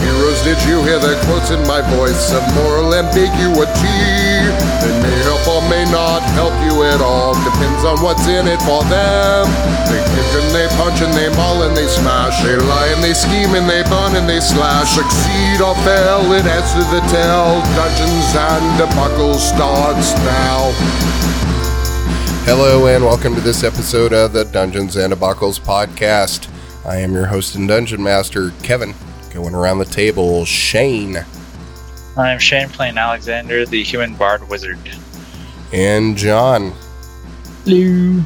heroes. Did you hear the quotes in my voice of moral ambiguity? They may help or may not help you at all. Depends on what's in it for them. They kick and they punch and they maul and they smash. They lie and they scheme and they burn and they slash. Succeed or fail, it adds to the tale. Dungeons and debacle starts now. Hello and welcome to this episode of the Dungeons and Debacles podcast. I am your host and dungeon master, Kevin. Going around the table, Shane I'm Shane playing Alexander, the human bard wizard. and John, Hello.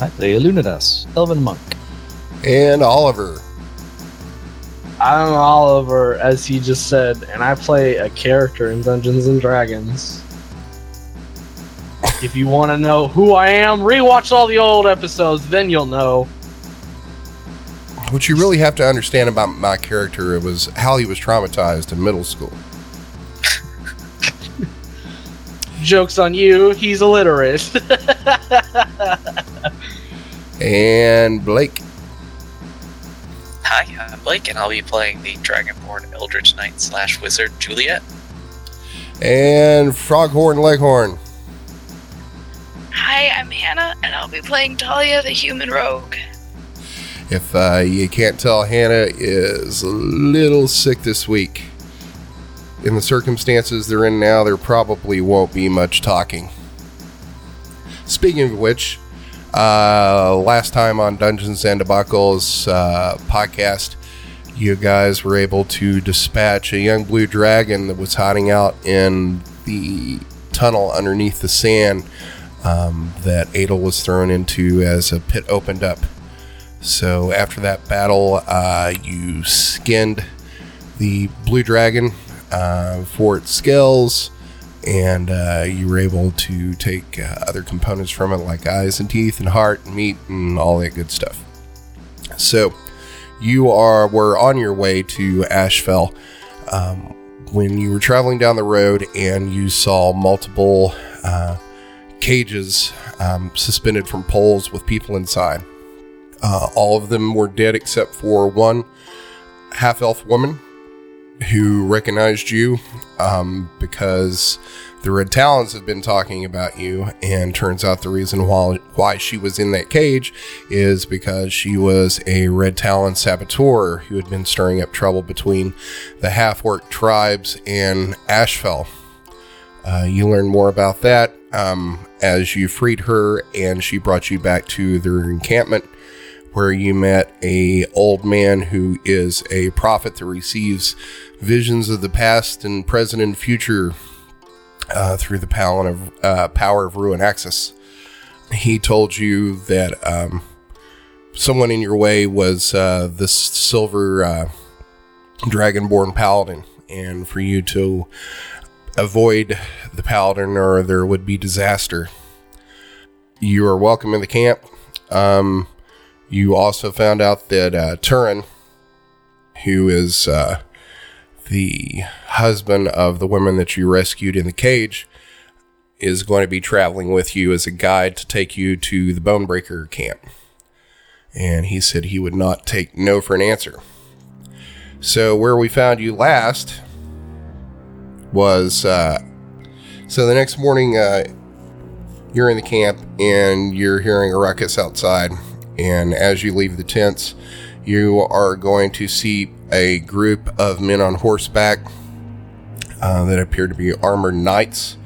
I play Illuminatus, Elven Monk. and Oliver. I'm Oliver, as he just said, and I play a character in Dungeons and Dragons. If you want to know who I am, rewatch all the old episodes, then you'll know. What you really have to understand about my character was how he was traumatized in middle school. Joke's on you, he's illiterate. And Blake. Hi, I'm Blake, and I'll be playing the Dragonborn Eldritch Knight slash Wizard Juliet. And Froghorn Leghorn. Hi, I'm Hannah, and I'll be playing Talia the Human Rogue. If uh, you can't tell, Hannah is a little sick this week. In the circumstances they're in now, there probably won't be much talking. Speaking of which, uh, last time on Dungeons and Debacles uh, podcast, you guys were able to dispatch a young blue dragon that was hiding out in the tunnel underneath the sand um, that Adel was thrown into as a pit opened up. So after that battle, uh, you skinned the blue dragon uh, for its scales, and uh, you were able to take uh, other components from it, like eyes and teeth and heart and meat and all that good stuff. So you are were on your way to Ashfell um, when you were traveling down the road, and you saw multiple uh, cages um, suspended from poles with people inside. Uh, all of them were dead except for one half elf woman who recognized you um, because the Red Talons have been talking about you. And turns out the reason why, why she was in that cage is because she was a Red Talon saboteur who had been stirring up trouble between the half orc tribes and Ashfell. Uh, you learn more about that um, as you freed her and she brought you back to their encampment where you met a old man who is a prophet that receives visions of the past and present and future uh, through the power of uh, power of Ruin Axis. He told you that um, someone in your way was uh, this silver uh, dragonborn paladin, and for you to avoid the paladin, or there would be disaster. You are welcome in the camp. Um, you also found out that uh, Turin, who is uh, the husband of the woman that you rescued in the cage, is going to be traveling with you as a guide to take you to the Bonebreaker camp. And he said he would not take no for an answer. So, where we found you last was. Uh, so, the next morning, uh, you're in the camp and you're hearing a ruckus outside. And as you leave the tents, you are going to see a group of men on horseback uh, that appear to be armored knights.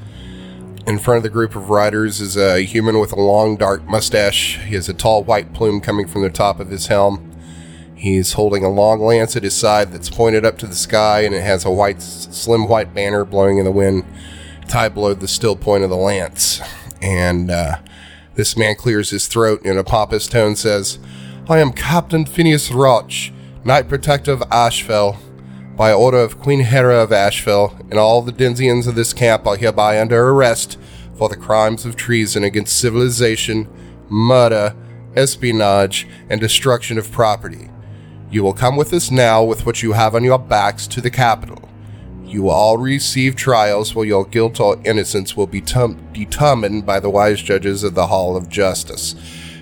In front of the group of riders is a human with a long, dark mustache. He has a tall white plume coming from the top of his helm. He's holding a long lance at his side that's pointed up to the sky, and it has a white, slim white banner blowing in the wind, tied below the still point of the lance. And uh, this man clears his throat and in a pompous tone says, I am Captain Phineas Roch, Knight Protector of Ashfell. By order of Queen Hera of Ashfell, and all the Denzians of this camp are hereby under arrest for the crimes of treason against civilization, murder, espionage, and destruction of property. You will come with us now with what you have on your backs to the capital. You will all receive trials where your guilt or innocence will be tum- determined by the wise judges of the Hall of Justice.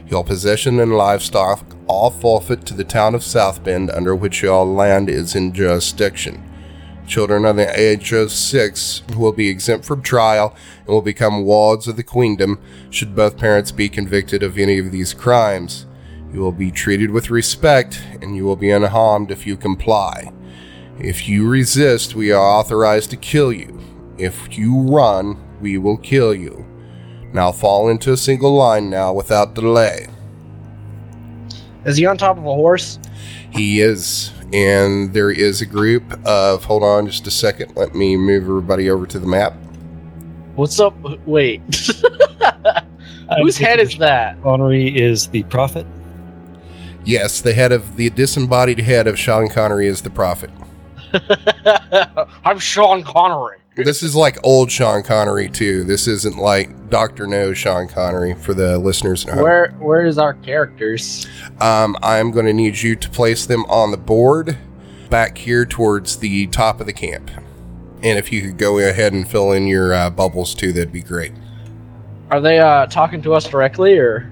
Your possession and livestock all forfeit to the town of South Bend, under which your land is in jurisdiction. Children under the age of six who will be exempt from trial and will become wards of the queendom should both parents be convicted of any of these crimes. You will be treated with respect and you will be unharmed if you comply. If you resist, we are authorized to kill you. If you run, we will kill you. Now fall into a single line now without delay. Is he on top of a horse? He is. And there is a group of, hold on just a second, let me move everybody over to the map. What's up? Wait. Whose head is that? Connery is the prophet. Yes, the head of the disembodied head of Sean Connery is the prophet. I'm Sean Connery. This is like old Sean Connery too. This isn't like Doctor No Sean Connery for the listeners at home. Where where is our characters? Um, I'm going to need you to place them on the board back here towards the top of the camp. And if you could go ahead and fill in your uh, bubbles too, that'd be great. Are they uh, talking to us directly or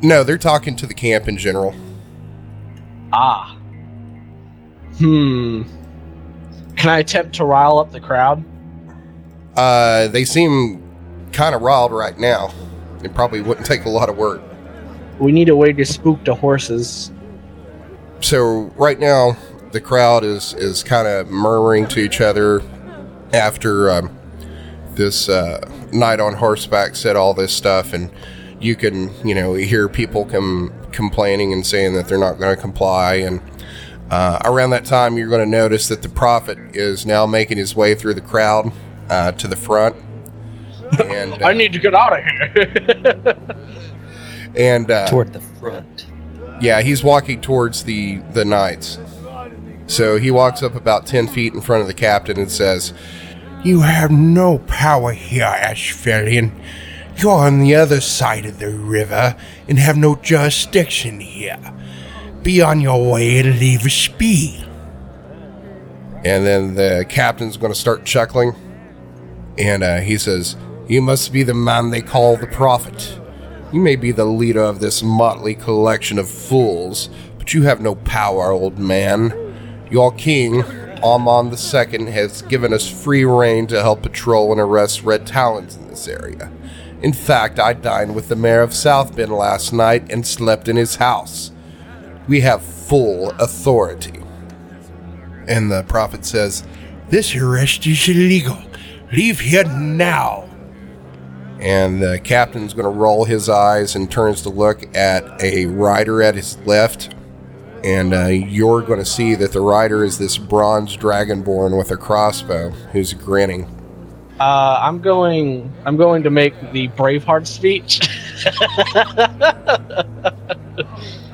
No, they're talking to the camp in general. ah? Hmm. Can I attempt to rile up the crowd? Uh, they seem kind of riled right now. It probably wouldn't take a lot of work. We need a way to spook the horses. so right now the crowd is is kind of murmuring to each other after um, this uh, knight on horseback said all this stuff and you can you know hear people com- complaining and saying that they're not going to comply and uh, around that time you're going to notice that the prophet is now making his way through the crowd uh, to the front and uh, need to get out of here. and uh, toward the front. Yeah, he's walking towards the the knights. So he walks up about ten feet in front of the captain and says, "You have no power here, Ashverian. You're on the other side of the river and have no jurisdiction here. Be on your way and leave us be." And then the captain's going to start chuckling, and uh, he says, "You must be the man they call the prophet." You may be the leader of this motley collection of fools, but you have no power, old man. Your king, Amon II, has given us free rein to help patrol and arrest red talons in this area. In fact, I dined with the mayor of South Bend last night and slept in his house. We have full authority. And the prophet says, This arrest is illegal. Leave here now and the captain's going to roll his eyes and turns to look at a rider at his left. And uh, you're going to see that the rider is this bronze dragonborn with a crossbow who's grinning. Uh, I'm going. I'm going to make the Braveheart speech. I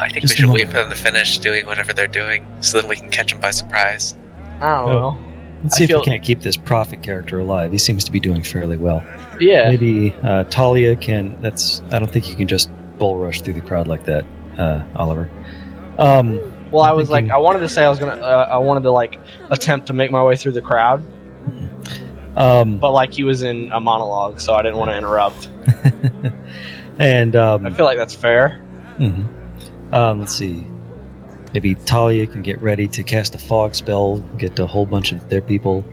think Just we should a wait for moment. them to finish doing whatever they're doing so that we can catch them by surprise. I Oh, don't know. Let's see I if feel- we can't keep this prophet character alive. He seems to be doing fairly well. Yeah. Maybe uh, Talia can. That's. I don't think you can just bull rush through the crowd like that, uh, Oliver. Um, Well, I was like, Thinking- I wanted to say I was gonna. Uh, I wanted to like attempt to make my way through the crowd, um, but like he was in a monologue, so I didn't want to interrupt. and um, I feel like that's fair. hmm Um, let's see. Maybe Talia can get ready to cast a fog spell, get a whole bunch of their people,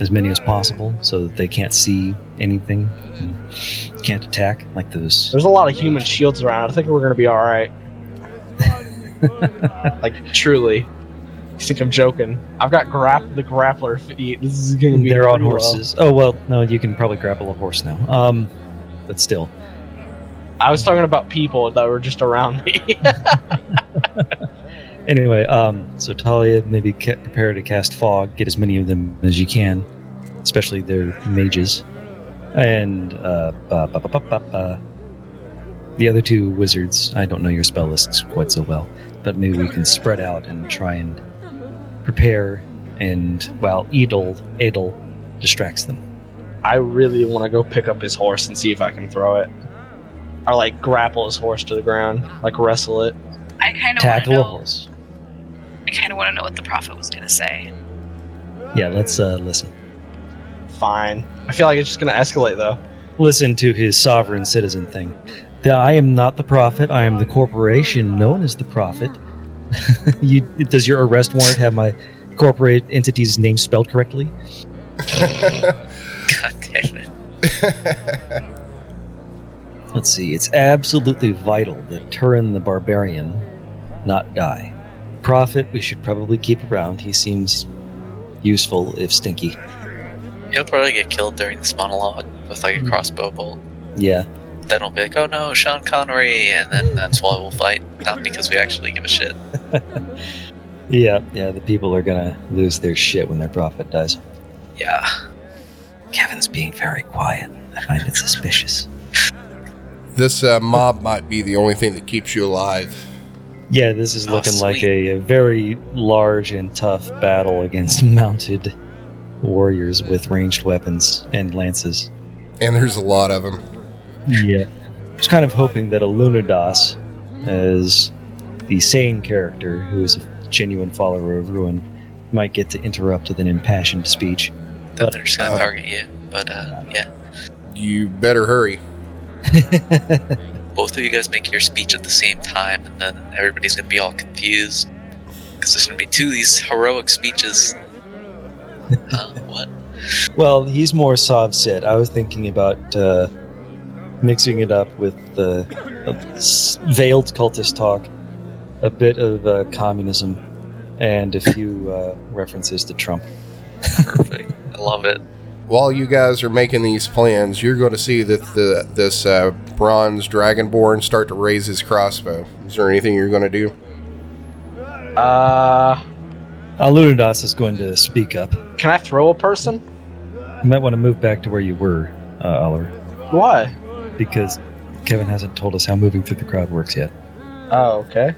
as many as possible, so that they can't see anything, and can't attack like those. There's a lot of human shields around. I think we're gonna be all right. like truly. You think I'm joking? I've got grap the grappler feet. This is gonna be. They're on pretty well. horses. Oh well, no, you can probably grapple a horse now. Um, but still, I was talking about people that were just around me. anyway. Um, so Talia maybe ca- prepare to cast fog, get as many of them as you can, especially their mages, and uh, ba- ba- ba- ba- ba- ba. the other two wizards. I don't know your spell lists quite so well, but maybe we can spread out and try and prepare. And while Edel Edel distracts them, I really want to go pick up his horse and see if I can throw it. or like grapple his horse to the ground, like wrestle it. I kind of want to Tackle a know. horse. I kind of want to know what the prophet was gonna say. Yeah, let's uh, listen. Fine. I feel like it's just gonna escalate though. Listen to his sovereign citizen thing. The, I am not the prophet. I am the corporation known as the prophet. you, does your arrest warrant have my corporate entity's name spelled correctly? God damn it. Let's see. It's absolutely vital that Turin the Barbarian not die. Prophet, we should probably keep around. He seems useful if stinky. He'll probably get killed during this monologue with like a Mhm. crossbow bolt. Yeah. Then we'll be like, oh no, Sean Connery, and then that's why we'll fight. Not because we actually give a shit. Yeah. Yeah. The people are going to lose their shit when their prophet dies. Yeah. Kevin's being very quiet. I find it suspicious. this uh, mob might be the only thing that keeps you alive. Yeah, this is Oh, looking like a, a very large and tough battle against mounted warriors with ranged weapons and lances. And there's a lot of them. Yeah. I was kind of hoping that a Lunadas, as the sane character who is a genuine follower of Ruin, might get to interrupt with an impassioned speech. Then they're just gonna Uh, target you. But uh, yeah. You better hurry. Both of you guys make your speech at the same time, and then everybody's gonna be all confused. Because there's gonna be two of these heroic speeches. uh, what? well, he's more Sov Sit. I was thinking about uh, mixing it up with the uh, s- veiled cultist talk, a bit of uh, communism, and a few uh, references to Trump. Perfect. I love it. While you guys are making these plans, you're going to see that the this uh, bronze dragonborn start to raise his crossbow. Is there anything you're going to do? Uh, Alunadas is going to speak up. can I throw a person? You might want to move back to where you were, uh, Oliver. Why? because Kevin hasn't told us how moving through the crowd works yet. Oh, okay.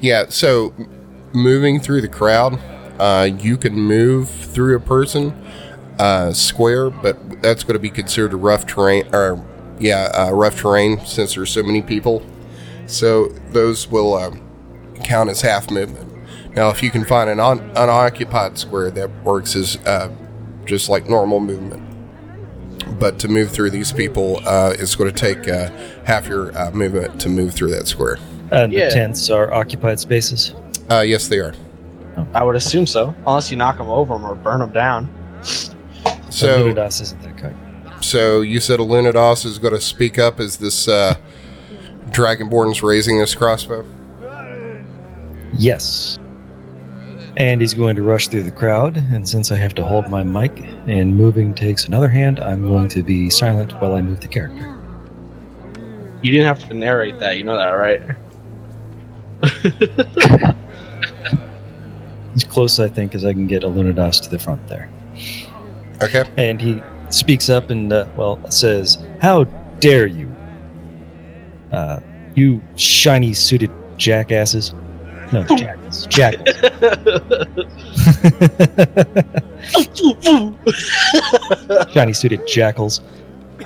Yeah, so m- moving through the crowd, uh, you can move through a person uh, square, but that's going to be considered a rough terrain, or yeah, uh, rough terrain since there's so many people. So those will um, count as half movement. Now, if you can find an un- unoccupied square, that works as uh, just like normal movement. But to move through these people, uh, it's going to take uh, half your uh, movement to move through that square. And Yeah. Uh, the tents are occupied spaces. Uh, yes, they are. I would assume so, unless you knock them over 'em or burn them down. So, Lunadas isn't that kind. So you said Alunados is going to speak up as this uh, Dragonborn's raising this crossbow. Yes. And he's going to rush through the crowd, and since I have to hold my mic and moving takes another hand, I'm going to be silent while I move the character. You didn't have to narrate that. You know that, right? As close, I think, as I can get Alunadas to the front there. Okay. And he speaks up and, uh, well, says, How dare you? Uh, you shiny suited jackasses. No, jackals. Jackals. shiny suited jackals.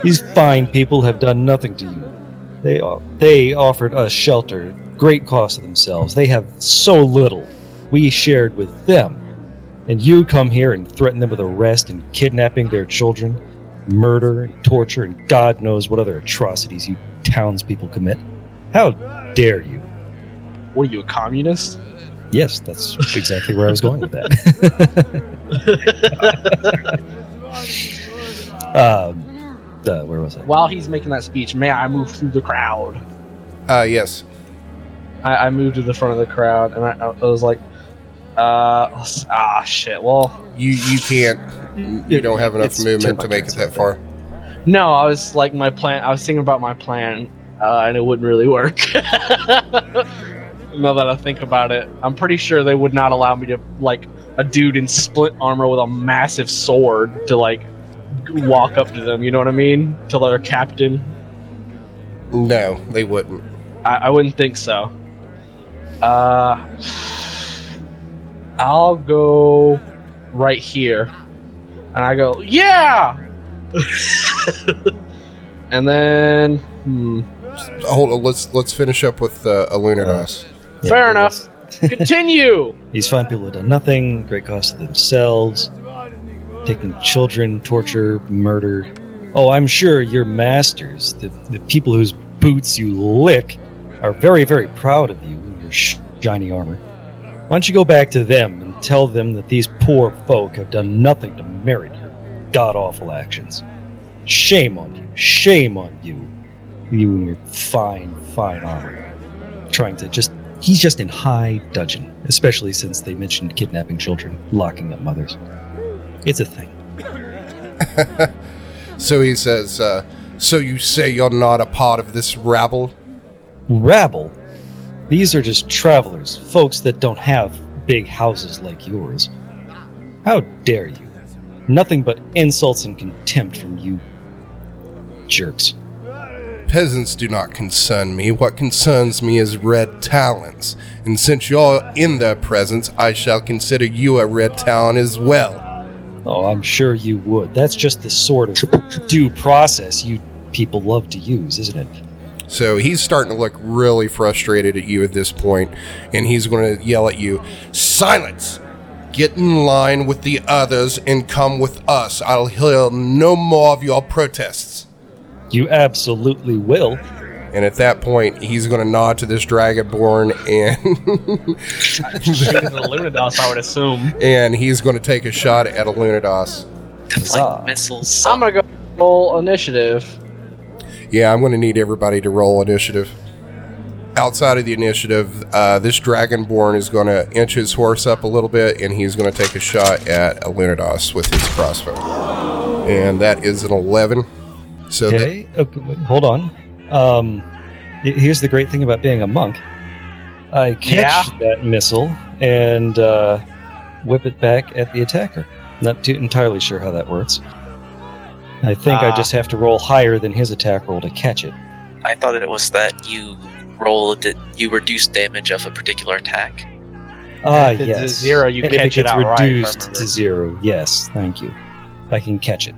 These fine people have done nothing to you. They o- they offered us shelter, great cost to themselves. They have so little. We shared with them, and you come here and threaten them with arrest and kidnapping their children, murder, torture, and God knows what other atrocities you townspeople commit. How dare you? what are you, a communist? Yes, that's exactly where I was going with that. um, uh, where was I? While he's making that speech, may I move through the crowd? Uh, yes. I, I moved to the front of the crowd, and I, I was like, uh, ah, shit. Well, You you can't. You don't have enough It's movement to turbo make it cats that out far. no, I was like, my plan, I was thinking about my plan, uh, and it wouldn't really work. now that I think about it, I'm pretty sure they would not allow me to, like, a dude in split armor with a massive sword to, like, walk up to them, you know what I mean? To their captain. No, they wouldn't. I, I wouldn't think so. Uh, I'll go right here, and I go, yeah. and then, hmm, hold on. Let's let's finish up with uh, Illuminos. Yeah, Fair well, enough. Continue. These fine people have done nothing, great cost to themselves, taking children, torture, murder. Oh, I'm sure your masters, the, the people whose boots you lick, are very, very proud of you and your sh- shiny armor. Why don't you go back to them and tell them that these poor folk have done nothing to merit your god awful actions? Shame on you. Shame on you. You and your fine, fine armor. Trying to just He's just in high dudgeon, especially since they mentioned kidnapping children, locking up mothers. It's a thing. So he says, uh, "So you say you're not a part of this rabble?" Rabble? These are just travelers, folks that don't have big houses like yours. How dare you? Nothing but insults and contempt from you jerks. Peasants do not concern me. What concerns me is red talons. And since you're in their presence, I shall consider you a red talon as well. Oh, I'm sure you would. That's just the sort of due process you people love to use, isn't it? So he's starting to look really frustrated at you at this point, and he's going to yell at you Silence! Get in line with the others and come with us. I'll hear no more of your protests. You absolutely will. And at that point, he's going to nod to this dragonborn and Shoot into the Lunados, I would assume. and he's going to take a shot at Illuminados. Deflect missiles. I'm gonna go roll initiative. Yeah, I'm going to need everybody to roll initiative. Outside of the initiative, uh, this dragonborn is going to inch his horse up a little bit, and he's going to take a shot at Illuminados with his crossbow. And that is an 11. So th- Okay. okay wait, hold on. Um, he- here's the great thing about being a monk. I catch that missile and uh, whip it back at the attacker. Not too entirely sure how that works. I think I Ah. just have to roll higher than his attack roll to catch it. I thought it was that you rolled that you reduce damage of a particular attack. Ah, If it's a yes. zero, you And catch it if it's outright, if I reduced remember. to zero. Yes, thank you. I can catch it,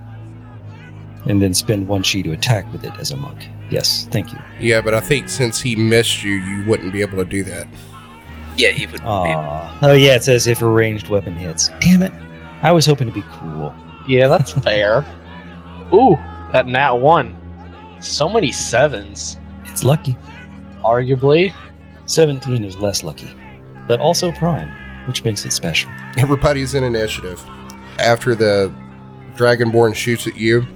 and then spend one chi to attack with it as a monk. Yes, thank you. yeah, but I think since he missed you, you wouldn't be able to do that. Yeah, he would. be Aw. Oh, yeah, it says if a ranged weapon hits. Damn it. I was hoping to be cool. Yeah, that's fair. Ooh, that nat one. So many sevens. It's lucky. Arguably, 17 is less lucky, but also prime, which makes it special. Everybody's in initiative. After the dragonborn shoots at you,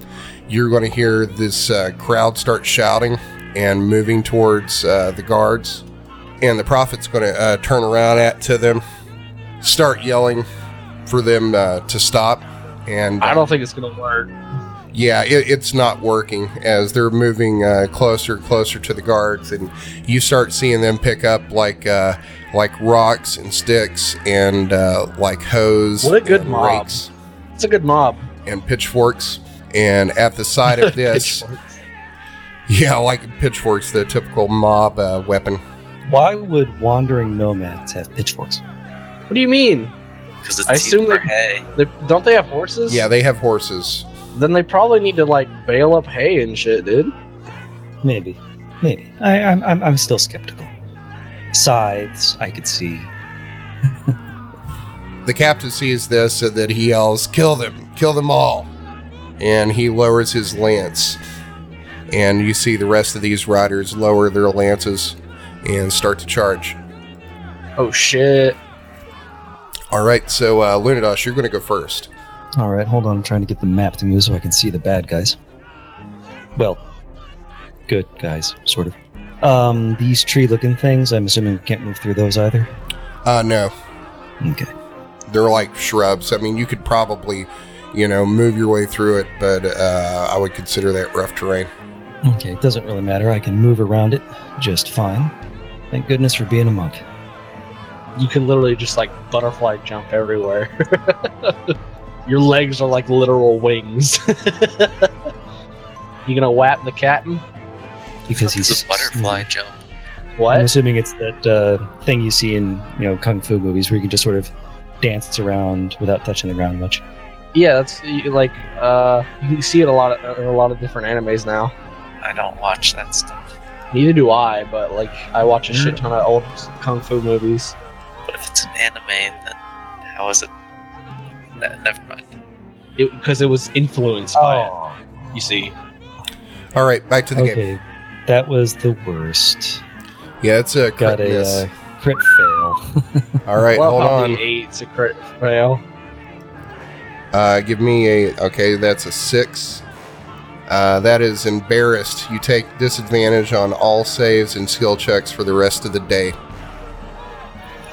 you're going to hear this uh, crowd start shouting and moving towards uh, the guards. And the prophet's going to uh, turn around at to them, start yelling for them uh, to stop. And uh, I don't think it's gonna work. yeah, it, it's not working as they're moving uh, closer and closer to the guards, and you start seeing them pick up like uh, like rocks and sticks and uh, like hoes, What a good and mob. rakes It's a good mob. and pitchforks. And at the side of this, yeah, like pitchforks, the typical mob uh, weapon. Why would wandering nomads have pitchforks? What do you mean? because it's I assume super that- hay. They, don't they have horses? Yeah, they have horses. Then they probably need to like bale up hay and shit, dude. Maybe. Maybe. I, I'm, I'm, I'm still skeptical. Scythes, I could see. The captain sees this and then he yells, Kill them! Kill them all! And he lowers his lance. And you see the rest of these riders lower their lances and start to charge. Oh shit. All right, so uh, Lunados, you're going to go first. All right, hold on. I'm trying to get the map to move so I can see the bad guys. Well, good guys, sort of. Um, these tree-looking things. I'm assuming we can't move through those either. Uh, no, Okay. they're like shrubs. I mean, you could probably, you know, move your way through it, but uh, I would consider that rough terrain. Okay, it doesn't really matter. I can move around it just fine. Thank goodness for being a monk. You can literally just like butterfly jump everywhere. Your legs are like literal wings. you gonna whap the captain? Because he's It's a butterfly jump. I'm What? assuming it's that uh, thing you see in you know kung fu movies where you can just sort of dance around without touching the ground much. Yeah, that's you- like uh, you can see it a lot of, in a lot of different animes now. I don't watch that stuff. Neither do I, but like I watch a shit ton of old kung fu movies. But if it's an anime, then how is it? Ne- never mind. because it, was influenced by it. You see, All right, back to the game. okay. That was the worst. Yeah, it's a crit Got a miss. uh, crit fail. All right, well, hold probably on. eight. It's a crit fail. Uh, give me a okay. That's a six. Uh, that is embarrassed. You take disadvantage on all saves and skill checks for the rest of the day.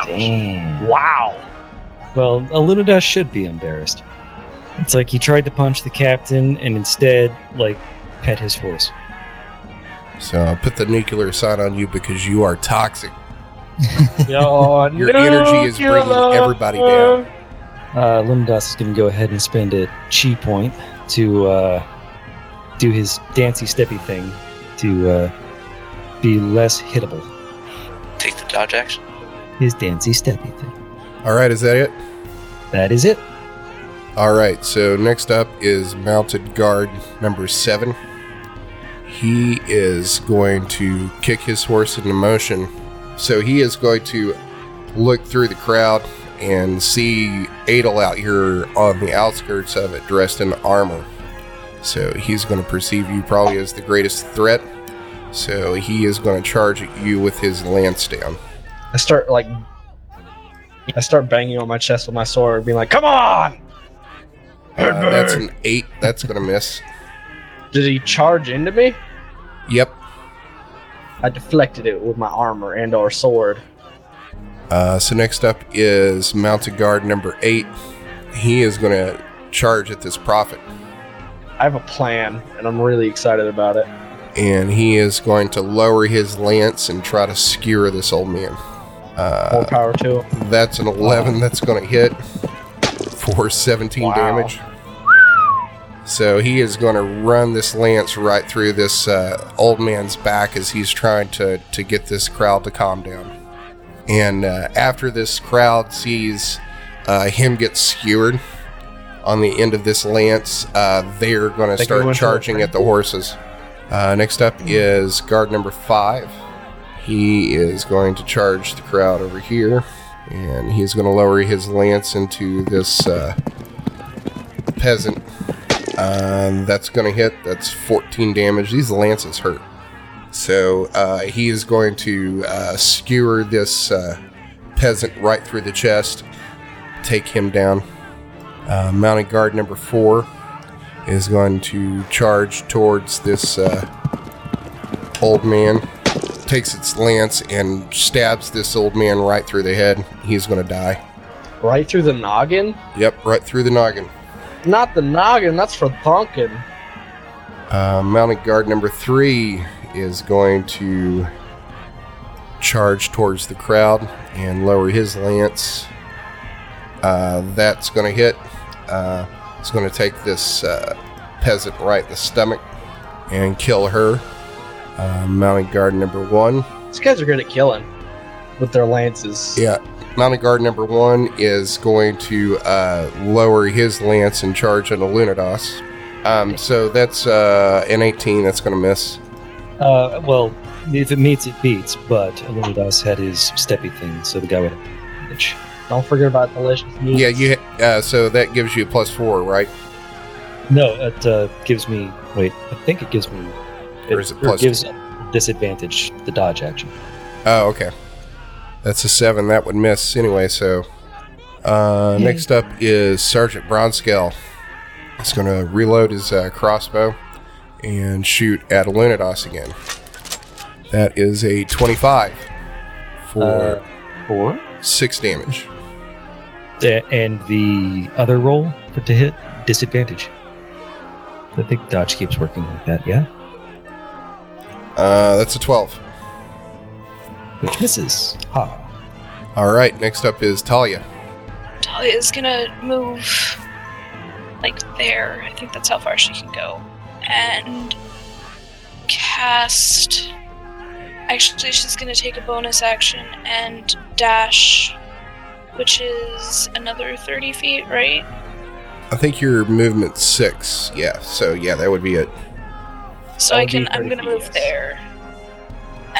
Damn. Wow. Well, Alunadas should be embarrassed. It's like he tried to punch the captain and instead, like, pet his horse. So I put the nuclear sign on you because you are toxic. Yo, oh, Your energy is bringing nuclear. everybody down. Uh, Limdas is going to go ahead and spend a chi point to uh, do his dancy steppy thing to uh, be less hittable. Take the dodge action. His dancy steppy thing. All right, is that it? That is it. All right, so next up is mounted guard number seven. He is going to kick his horse into motion. So he is going to look through the crowd and see Adel out here on the outskirts of it, dressed in armor. So he's going to perceive you probably as the greatest threat. So he is going to charge at you with his lance down. I start like, I start banging on my chest with my sword, being like, "Come on!" Uh, that's an eight. That's going to miss. Did he charge into me? Yep, I deflected it with my armor and/or sword. Uh, so next up is mounted guard number eight. He is going to charge at this prophet, I have a plan, and I'm really excited about it. and he is going to lower his lance and try to skewer this old man. More Uh, power to him. that's an 11 that's going to hit for 17 Wow. damage. So he is going to run this lance right through this uh, old man's back as he's trying to, to get this crowd to calm down. And uh, after this crowd sees uh, him get skewered on the end of this lance, uh, they're going to They go start into charging a- at the horses. Uh, next up is guard number five. He is going to charge the crowd over here, and he's going to lower his lance into this uh, peasant. Um, that's going to hit. That's 14 damage. These lances hurt. So uh, he is going to uh, skewer this uh, peasant right through the chest, take him down. Uh, mounted guard number four is going to charge towards this uh, old man. Takes its lance and stabs this old man right through the head. He's going to die. Right through the noggin? Yep, right through the noggin. Not the noggin, that's for thonkin. Uh, mounted guard number three is going to charge towards the crowd and lower his lance. Uh, that's going to hit. Uh, it's going to take this uh, peasant right in the stomach and kill her. Uh, mounted guard number one. These guys are good at killing with their lances. Yeah, mounted guard number one is going to uh, lower his lance and charge on a Lunados. Um, so that's uh, an 18. That's going to miss. Uh, well, if it meets, it beats, but Alunadas had his steppy thing, so the guy would have damage. Don't forget about delicious meat. Yeah, you. ha- Uh, so that gives you a plus four, right? No, it uh, gives me. Wait, I think it gives me. Or is it plus- gives disadvantage the dodge action. Oh, okay. That's a seven. That would miss anyway. So uh, Yay. next up is Sergeant Bronscale. He's going to reload his uh, crossbow and shoot at Alunidos again. That is a twenty-five for Uh, Four. six damage. And the other roll for to hit disadvantage. I think dodge keeps working like that. Yeah, Uh, that's a twelve. which misses. Ha. All right. Next up is Talia. Talia's gonna move like there. I think that's how far she can go. And cast. Actually, she's gonna take a bonus action and dash, which is another 30 feet, right? I think your movement's six. Yeah. So yeah, that would be it. So That I would be can. I'm 30 gonna feet, move yes. there.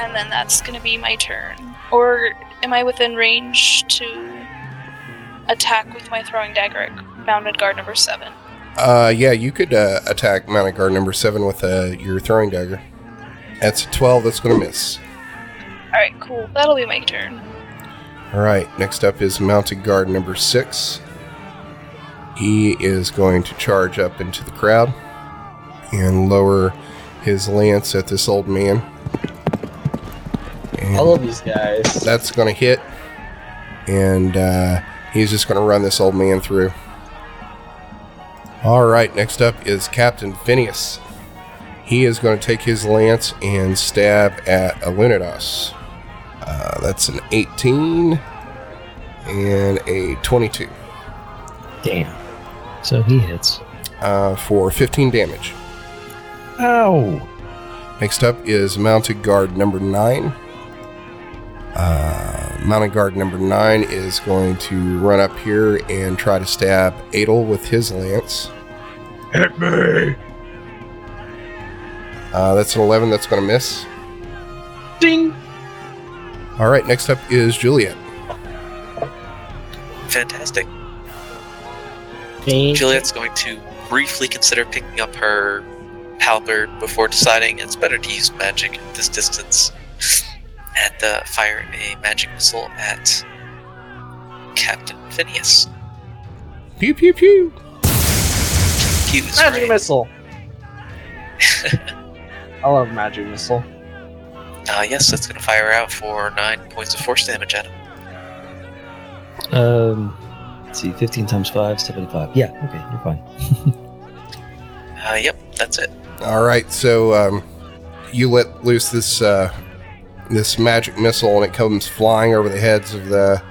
and then that's gonna be my turn. Or am I within range to attack with my throwing dagger at mounted guard number seven? Uh, yeah, you could uh, attack mounted guard number seven with uh, your throwing dagger. That's a 12, that's going to miss. Alright, cool. That'll be my turn. All right, next up is mounted guard number six. He is going to charge up into the crowd and lower his lance at this old man. And I love these guys. that's going to hit. And uh, he's just going to run this old man through. All right, next up is Captain Phineas. He is going to take his lance and stab at Alunidas. Uh, that's an 18 and a 22 Damn. So he hits. uh, for 15 damage. Ow! Next up is Mounted Guard number nine. Uh, mounted Guard number nine is going to run up here and try to stab Adel with his lance. Hit me! Uh, that's an 11 that's going to miss. Ding! All right, next up is Juliet. Fantastic. Juliet's going to briefly consider picking up her halberd before deciding it's better to use magic at this distance and uh, fire a magic missile at Captain Phineas. Pew, pew, pew. He was Magic right. missile. I love magic missile. Uh, yes, that's going to fire out for nine points of force damage at him. Um, let's see, 15 times 5, 75. Yeah, okay, you're fine. Uh, yep, that's it. All right, so um, you let loose this uh, this magic missile, and it comes flying over the heads of the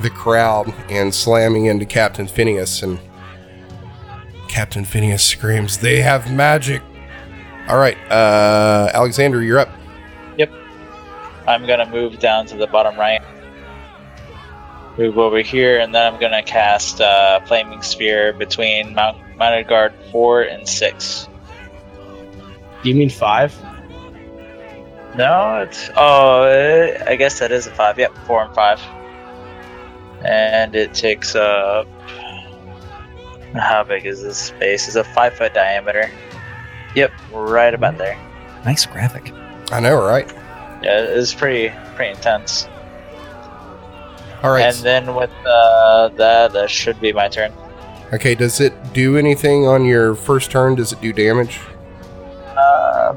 the crowd and slamming into Captain Phineas. And Captain Phineas screams, "They have magic!" All right, uh, Alexander, you're up. I'm gonna move down to the bottom right. Move over here, and then I'm gonna cast uh, Flaming Sphere between Mount, Mounted Guard 4 and 6. Do you mean five? No, it's. Oh, eh, I guess that is a 5. Yep, 4 and 5. And it takes up. How big is this space? It's a 5 foot diameter. Yep, right about there. Nice graphic. I know, right? Yeah, it's pretty pretty intense. All right. And then with uh, that, that should be my turn. okay. Does it do anything on your first turn? Does it do damage? Uh,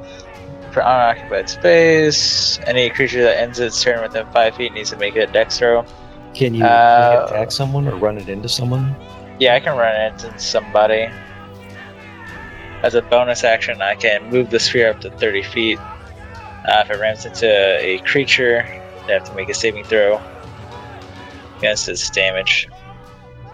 for unoccupied space, any creature that ends its turn within five feet needs to make a dex throw. Can you, Uh, can you attack someone or run it into someone? Yeah, I can run into somebody. As a bonus action, I can move the sphere up to 30 feet. Uh, if it rams into a creature, they have to make a saving throw against its damage.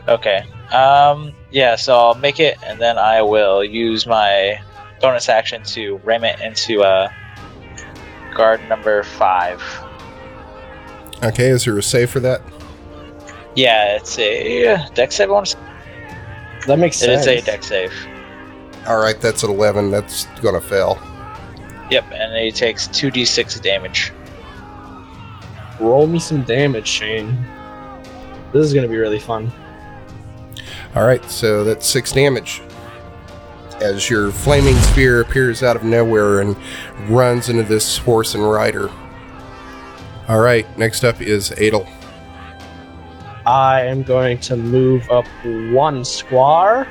Okay. Um, yeah, so I'll make it, and then I will use my bonus action to ram it into uh, guard number 5. Okay. Is there a save for that? Yeah, it's a dex save bonus. That makes It sense. is a dex save. All right. That's an eleven. That's gonna fail. Yep, and he takes 2d6 damage. Roll me some damage, Shane. This is gonna be really fun. All right, so that's six damage. As your flaming spear appears out of nowhere and runs into this horse and rider. All right, next up is Adel. I am going to move up one square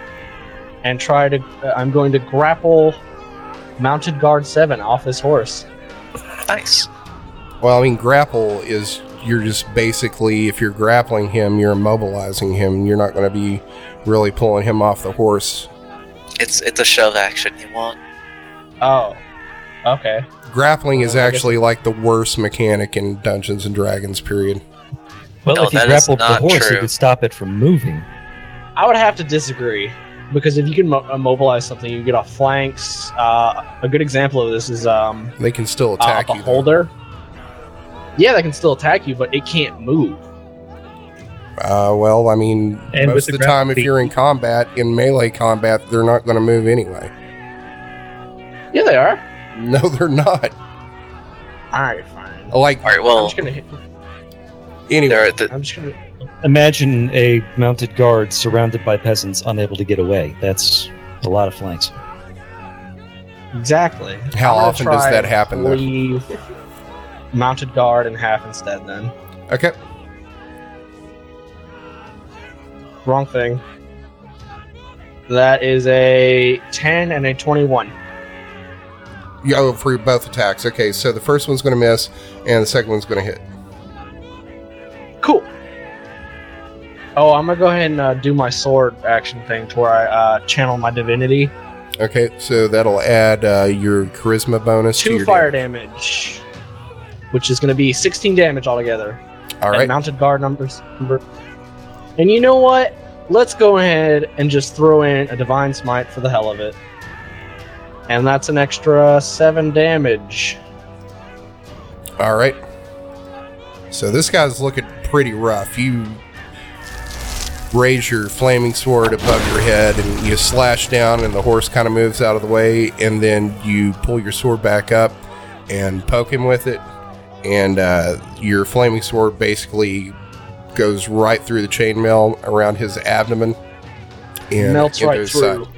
and try to. uh, I'm going to grapple mounted guard seven off his horse. Nice. Well, I mean, grapple is you're just basically if you're grappling him, you're immobilizing him. You're not going to be really pulling him off the horse. It's it's a shove action you want. Oh, okay. Grappling is Uh, I guess- actually like the worst mechanic in Dungeons and Dragons. Period. Well, No, if you that is grappled the not horse, true. you could stop it from moving. I would have to disagree because if you can mo- immobilize something, you get off flanks. Uh, a good example of this is um, They can still uh, attack you. though. beholder. Yeah, that can still attack you, but it can't move. Uh, well, I mean, And most with of the the grapple time, if feat- you're in combat, in melee combat, they're not going to move anyway. Yeah, they are. No, they're not. All right, fine. Like All right. I'm Well, just gonna hit. anyway, there are the, I'm just gonna. Imagine a mounted guard surrounded by peasants unable to get away. That's a lot of flanks. Exactly. How I'm gonna often does try that happen, though? Leave mounted guard and half instead. Then okay. wrong thing. That is a ten and a twenty-one. Yeah, oh, for both attacks. Okay, so the first one's going to miss, and the second one's going to hit. Cool. Oh, I'm gonna go ahead and uh, do my sword action thing to where I uh, channel my divinity. Okay, so that'll add uh, your charisma bonus to Two your fire damage, which is gonna be 16 damage altogether. damage. All And right, mounted guard numbers number. And you know what? Let's go ahead and just throw in a divine smite for the hell of it. And that's an extra seven damage. all right. So this guy's looking pretty rough. You raise your flaming sword above your head, and you slash down, and the horse kind of moves out of the way, and then you pull your sword back up and poke him with it, and uh, your flaming sword basically goes right through the chainmail around his abdomen and Melts right enters through. side.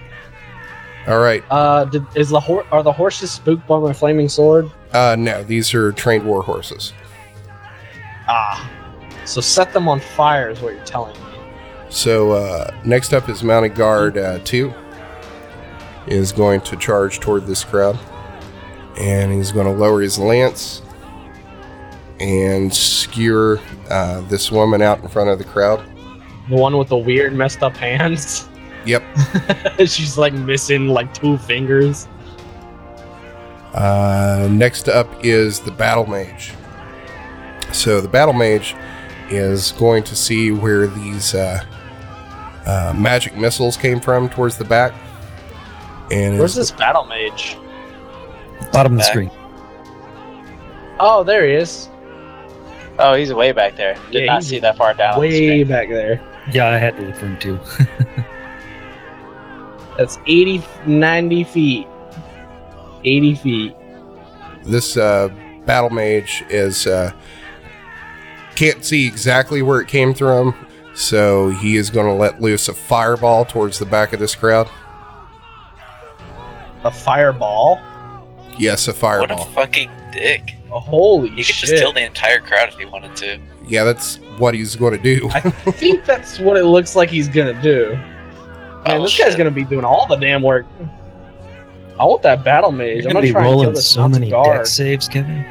All right. Uh, did, is the hor- are the horses spooked by my flaming sword? Uh, no, these are trained war horses. Ah, so set them on fire is what you're telling me. So uh, next up is mounted guard uh, two. Is going to charge toward this crowd, and he's going to lower his lance and skewer uh, this woman out in front of the crowd. The one with the weird messed up hands. Yep. She's like missing like two fingers. Uh, next up is the battle mage. So the battle mage is going to see where these uh, uh, magic missiles came from towards the back, and is Where's this battle mage? Bottom of the Back. screen. Oh, there he is. Oh, he's way back there. Did Yeah, not he's see that far down. on the Way screen. back there. Yeah, I had to look for him too. That's 80, 90 feet. 80 feet. this uh, battle mage is uh, can't see exactly where it came from, so he is going to let loose a fireball towards the back of this crowd. A fireball? Yes, a what a fireball. fucking dick! Oh, holy You could just kill shit. the entire crowd if he wanted to. yeah, that's what he's going to do. I think that's what it looks like he's gonna do. Man, Oh, this shit. guy's gonna be doing all the damn work. I want that battle mage. You're I'm gonna gonna be try and kill rolling this so mounted many guard. deck saves, Kevin.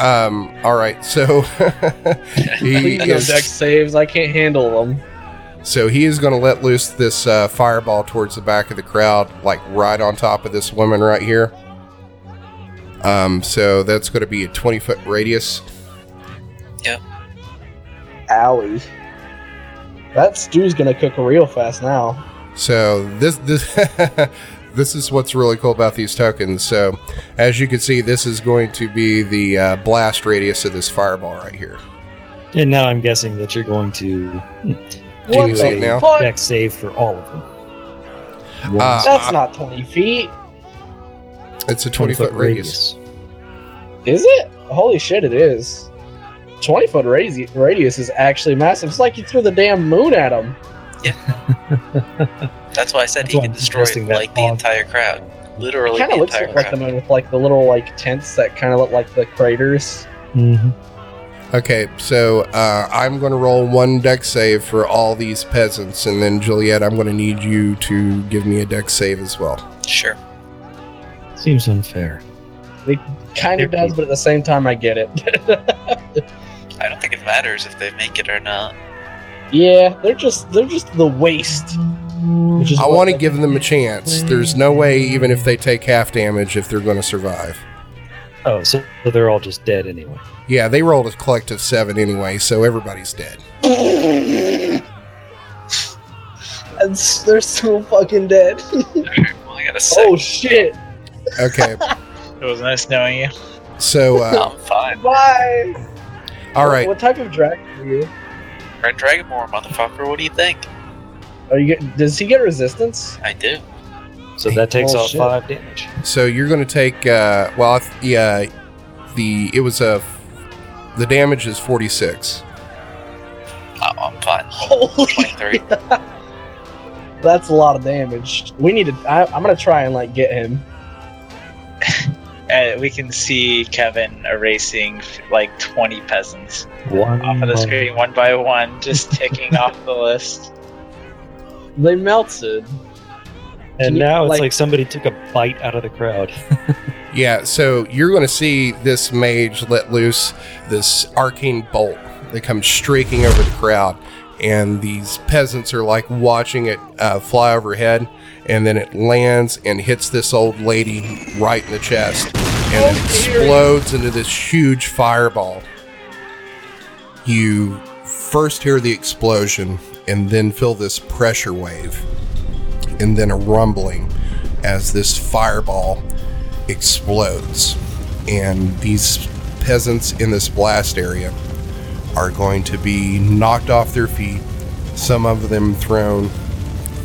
Um, all right, so he Please no is deck saves. I can't handle them. so he is going to let loose this uh, fireball towards the back of the crowd, like right on top of this woman right here. Um, so that's going to be a twenty foot radius. Owie. That stew's gonna cook real fast now. So this this this is what's really cool about these tokens. So as you can see, this is going to be the uh, blast radius of this fireball right here. And now I'm guessing that you're going to you What use the it now? fuck? deck save for all of them. Uh, That's not 20 feet, It's a twenty foot radius. is it? Holy shit, it is. 20 foot radius, radius is actually massive. It's like you threw the damn moon at him. That's why I said That's he why can I'm destroy suggesting that like the fog. entire crowd, literally It kind the of looks entire like, like crowd. the moon with like the little like tents that kind of look like the craters. hmm Okay, so uh, I'm going to roll one deck save for all these peasants, and then Juliet, I'm going to need you to give me a deck save as well. Sure. Seems unfair. Kind of does, but at the same time, I get it. I don't think it matters if they make it or not. yeah, they're just they're just the waste. which is I what want to they- give them a chance. There's no way, even if they take half damage, if they're going to survive. Oh, so they're all just dead anyway. Yeah, they rolled a collective seven anyway, so everybody's dead. It's- They're so fucking dead. Well, I gotta say, oh shit! Okay, It was nice knowing you. so uh, I'm fine. Bye. all right. What type of dragon are you? Red Dragonborn, motherfucker. What do you think? Are you? Get, does he get resistance? I do. So that takes Oh, off shit. five damage. So you're going to take uh, well, I th- yeah, the it was a The damage is 46. Oh, I'm fine. Holy 23. That's a lot of damage. We need to. I, I'm gonna try and like get him. Uh, we can see Kevin erasing like 20 peasants One off of Mm-hmm. by- the screen one by one, just ticking off the list. They melted. And Can you- now it's like- like, somebody took a bite out of the crowd. Yeah, so you're going to see this mage let loose this arcane bolt that comes streaking over the crowd. And these peasants are like watching it uh, fly overhead. And then it lands and hits this old lady right in the chest and it explodes into this huge fireball. You first hear the explosion and then feel this pressure wave and then a rumbling as this fireball explodes. And these peasants in this blast area are going to be knocked off their feet, some of them thrown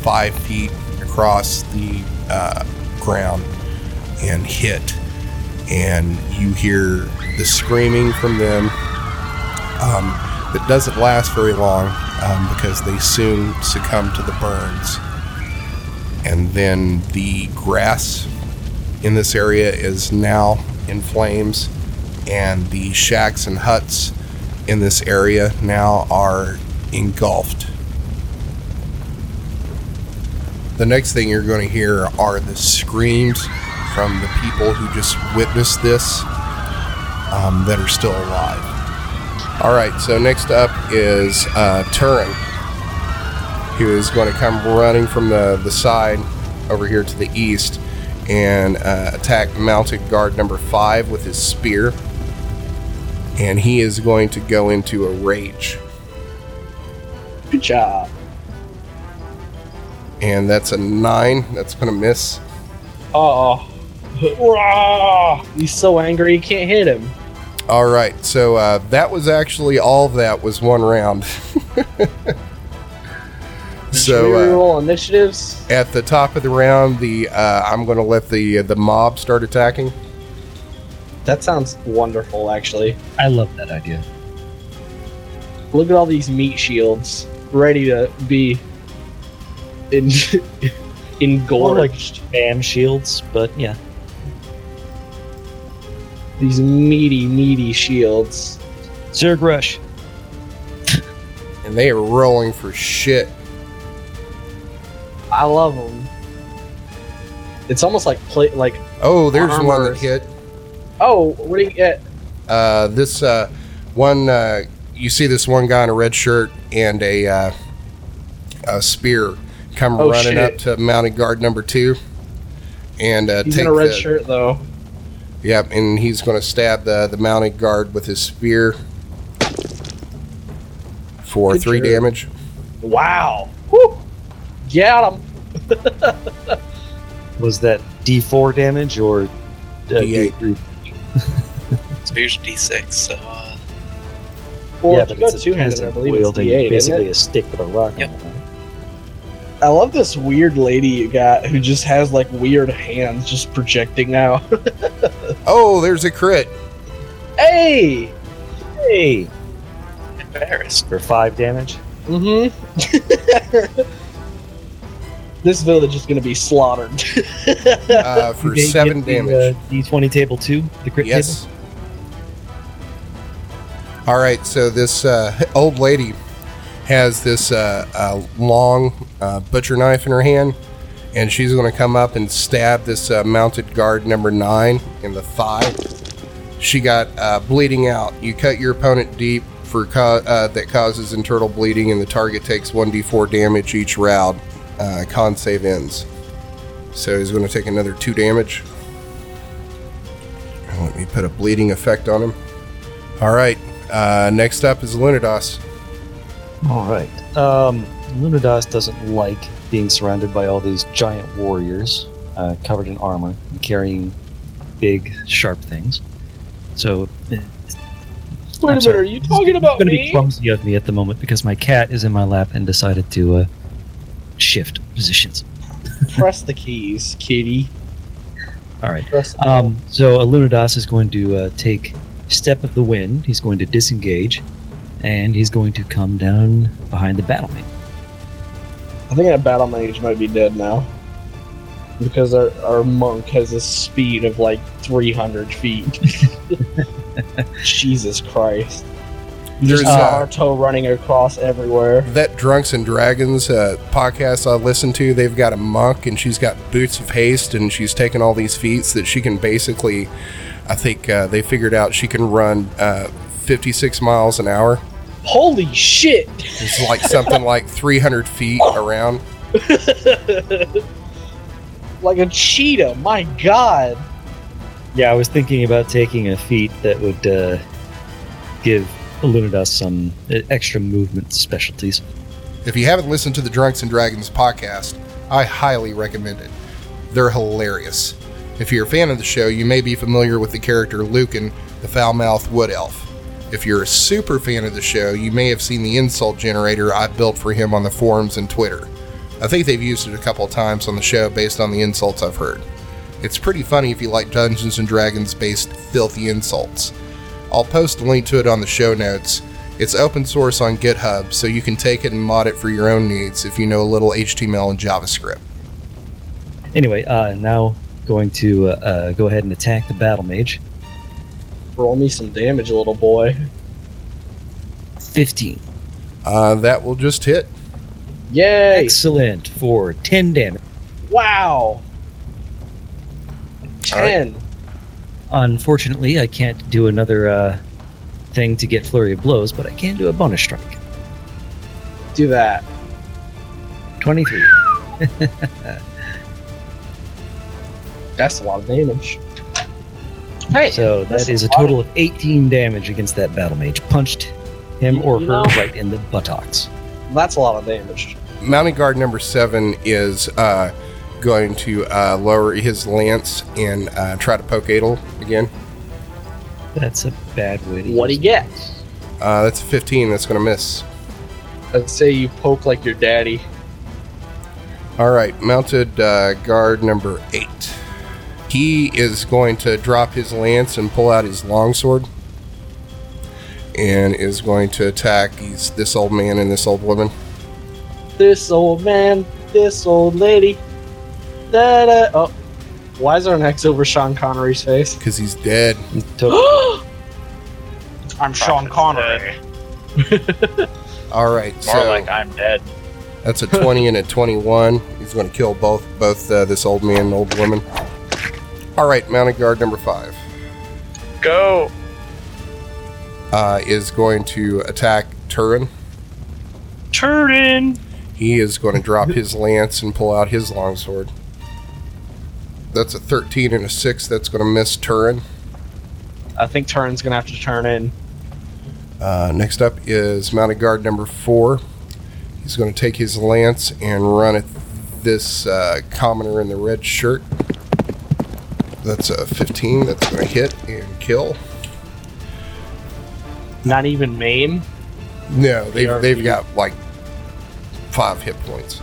five feet across the uh, ground and hit. And you hear the screaming from them um, that doesn't last very long um, because they soon succumb to the burns. And then the grass in this area is now in flames, and the shacks and huts in this area now are engulfed. The next thing you're going to hear are the screams from the people who just witnessed this um, that are still alive. All right, so next up is uh, Turin, who is going to come running from the, the side over here to the east and uh, attack mounted guard number five with his spear. And he is going to go into a rage. Good job. And that's a nine. That's going to miss. Oh. Rah! He's so angry you can't hit him. All right. So uh, that was actually all of that was one round. Should we so. Uh, reroll initiatives? at the top of the round, the uh, I'm going to let the the mob start attacking. That sounds wonderful, actually. I love that idea. Look at all these meat shields ready to be in engorged. Bam shields, but yeah. these meaty, meaty shields. Zerg rush. And they are rolling for shit. I love them. It's almost like plate. Like Oh, there's one that Armors. hit. oh, what do you get? Uh, this uh, one, uh, you see this one guy in a red shirt and a, uh, a spear come Oh, running shit. up to mounted guard number two, and uh, He's take in a red the- shirt though. Yep, and he's going to stab the the mounted guard with his spear for Good three job. damage. Wow. Woo. Get him. Was that D4 damage or uh, D8. D3? It's usually D6, so uh, Or yeah, if you but go it's a two-handed, I peasant believe it's wielding D8, isn't basically it? a stick with a rock. Yep. on it. I love this weird lady you got who just has like weird hands just projecting out. Oh, there's a crit. hey. Hey! embarrassed. For five damage. Mm-hmm. this village is gonna be slaughtered. Uh, for Okay, seven get the, damage. uh, D20 table two, the crit Yes. All right, so this uh, old lady has this uh, uh, long uh, butcher knife in her hand, and she's going to come up and stab this uh, mounted guard number nine in the thigh. She got uh, bleeding out. You cut your opponent deep for ca- uh, that causes internal bleeding, and the target takes 1d4 damage each round. Uh, con save ends. So he's going to take another two damage. And Let me put a bleeding effect on him. All right. Uh, next up is Lunados. table. All right. Um, Lunadas doesn't like being surrounded by all these giant warriors uh, covered in armor and carrying big, sharp things. So it's Wait I'm a minute, sorry. are you talking about going to be me? clumsy of me at the moment because my cat is in my lap and decided to uh, shift positions. Press the keys, kitty. All right. Press the Um, so Alunadas is going to uh, take step of the wind, he's going to disengage, and he's going to come down behind the battle mage. I think that battle mage might be dead now. Because our, our monk has a speed of like 300 feet. Jesus Christ. There's There's uh, Naruto running across everywhere. that Drunks and Dragons uh, podcast I listen to. They've got a monk and she's got boots of haste and she's taken all these feats that she can basically, I think uh, they figured out she can run uh, 56 miles an hour. Holy shit! It's like something like 300 feet around. like a cheetah, my god! Yeah, I was thinking about taking a feat that would uh, give Illumidas some uh, extra movement specialties. If you haven't listened to the Drunks and Dragons podcast, I highly recommend it. They're hilarious. If you're a fan of the show, you may be familiar with the character Lucan, the foul mouthed wood elf. If you're a super fan of the show, you may have seen the insult generator I built for him on the forums and Twitter. I think they've used it a couple of times on the show based on the insults I've heard. It's pretty funny if you like Dungeons and Dragons based filthy insults. I'll post a link to it on the show notes. It's open source on GitHub, so you can take it and mod it for your own needs if you know a little HTML and JavaScript. Anyway, uh, now going to uh, uh, go ahead and attack the battle mage. Roll me some damage, little boy. 15. Uh, that will just hit. Yay! Excellent for 10 damage. Wow! 10. Unfortunately, I can't do another uh, thing to get flurry of blows, but I can do a bonus strike. Do that. 23. That's a lot of damage. Hey! So that is a total of 18 damage against that battle mage. Punched him or You her know- right in the buttocks. That's a lot of damage. Mounting guard number seven is uh, going to uh, lower his lance and uh, try to poke Adel again. That's a bad way to What do use you get? Uh, that's a 15. That's going to miss. I'd say you poke like your daddy. All right, mounted uh, guard number eight. He is going to drop his lance and pull out his longsword, and is going to attack these, this old man and this old woman. This old man, this old lady. Da da. Oh. Why is there an X over Sean Connery's face? because he's dead. You took- I'm Sean Prophet's Connery. dead. All right, More so like I'm dead. that's a twenty and a twenty-one. He's going to kill both both uh, this old man and old woman. All right, mounted guard number five Go. uh, is going to attack Turin. Turn in. He is going to drop his lance and pull out his longsword. That's a thirteen and a six. That's going to miss Turin. I think Turin's gonna have to turn in. Uh, next up is mounted guard number four. He's going to take his lance and run at this uh, commoner in the red shirt. That's a 15. That's going to hit and kill. Not even maim. No, they've, ARP. they've got like five hit points.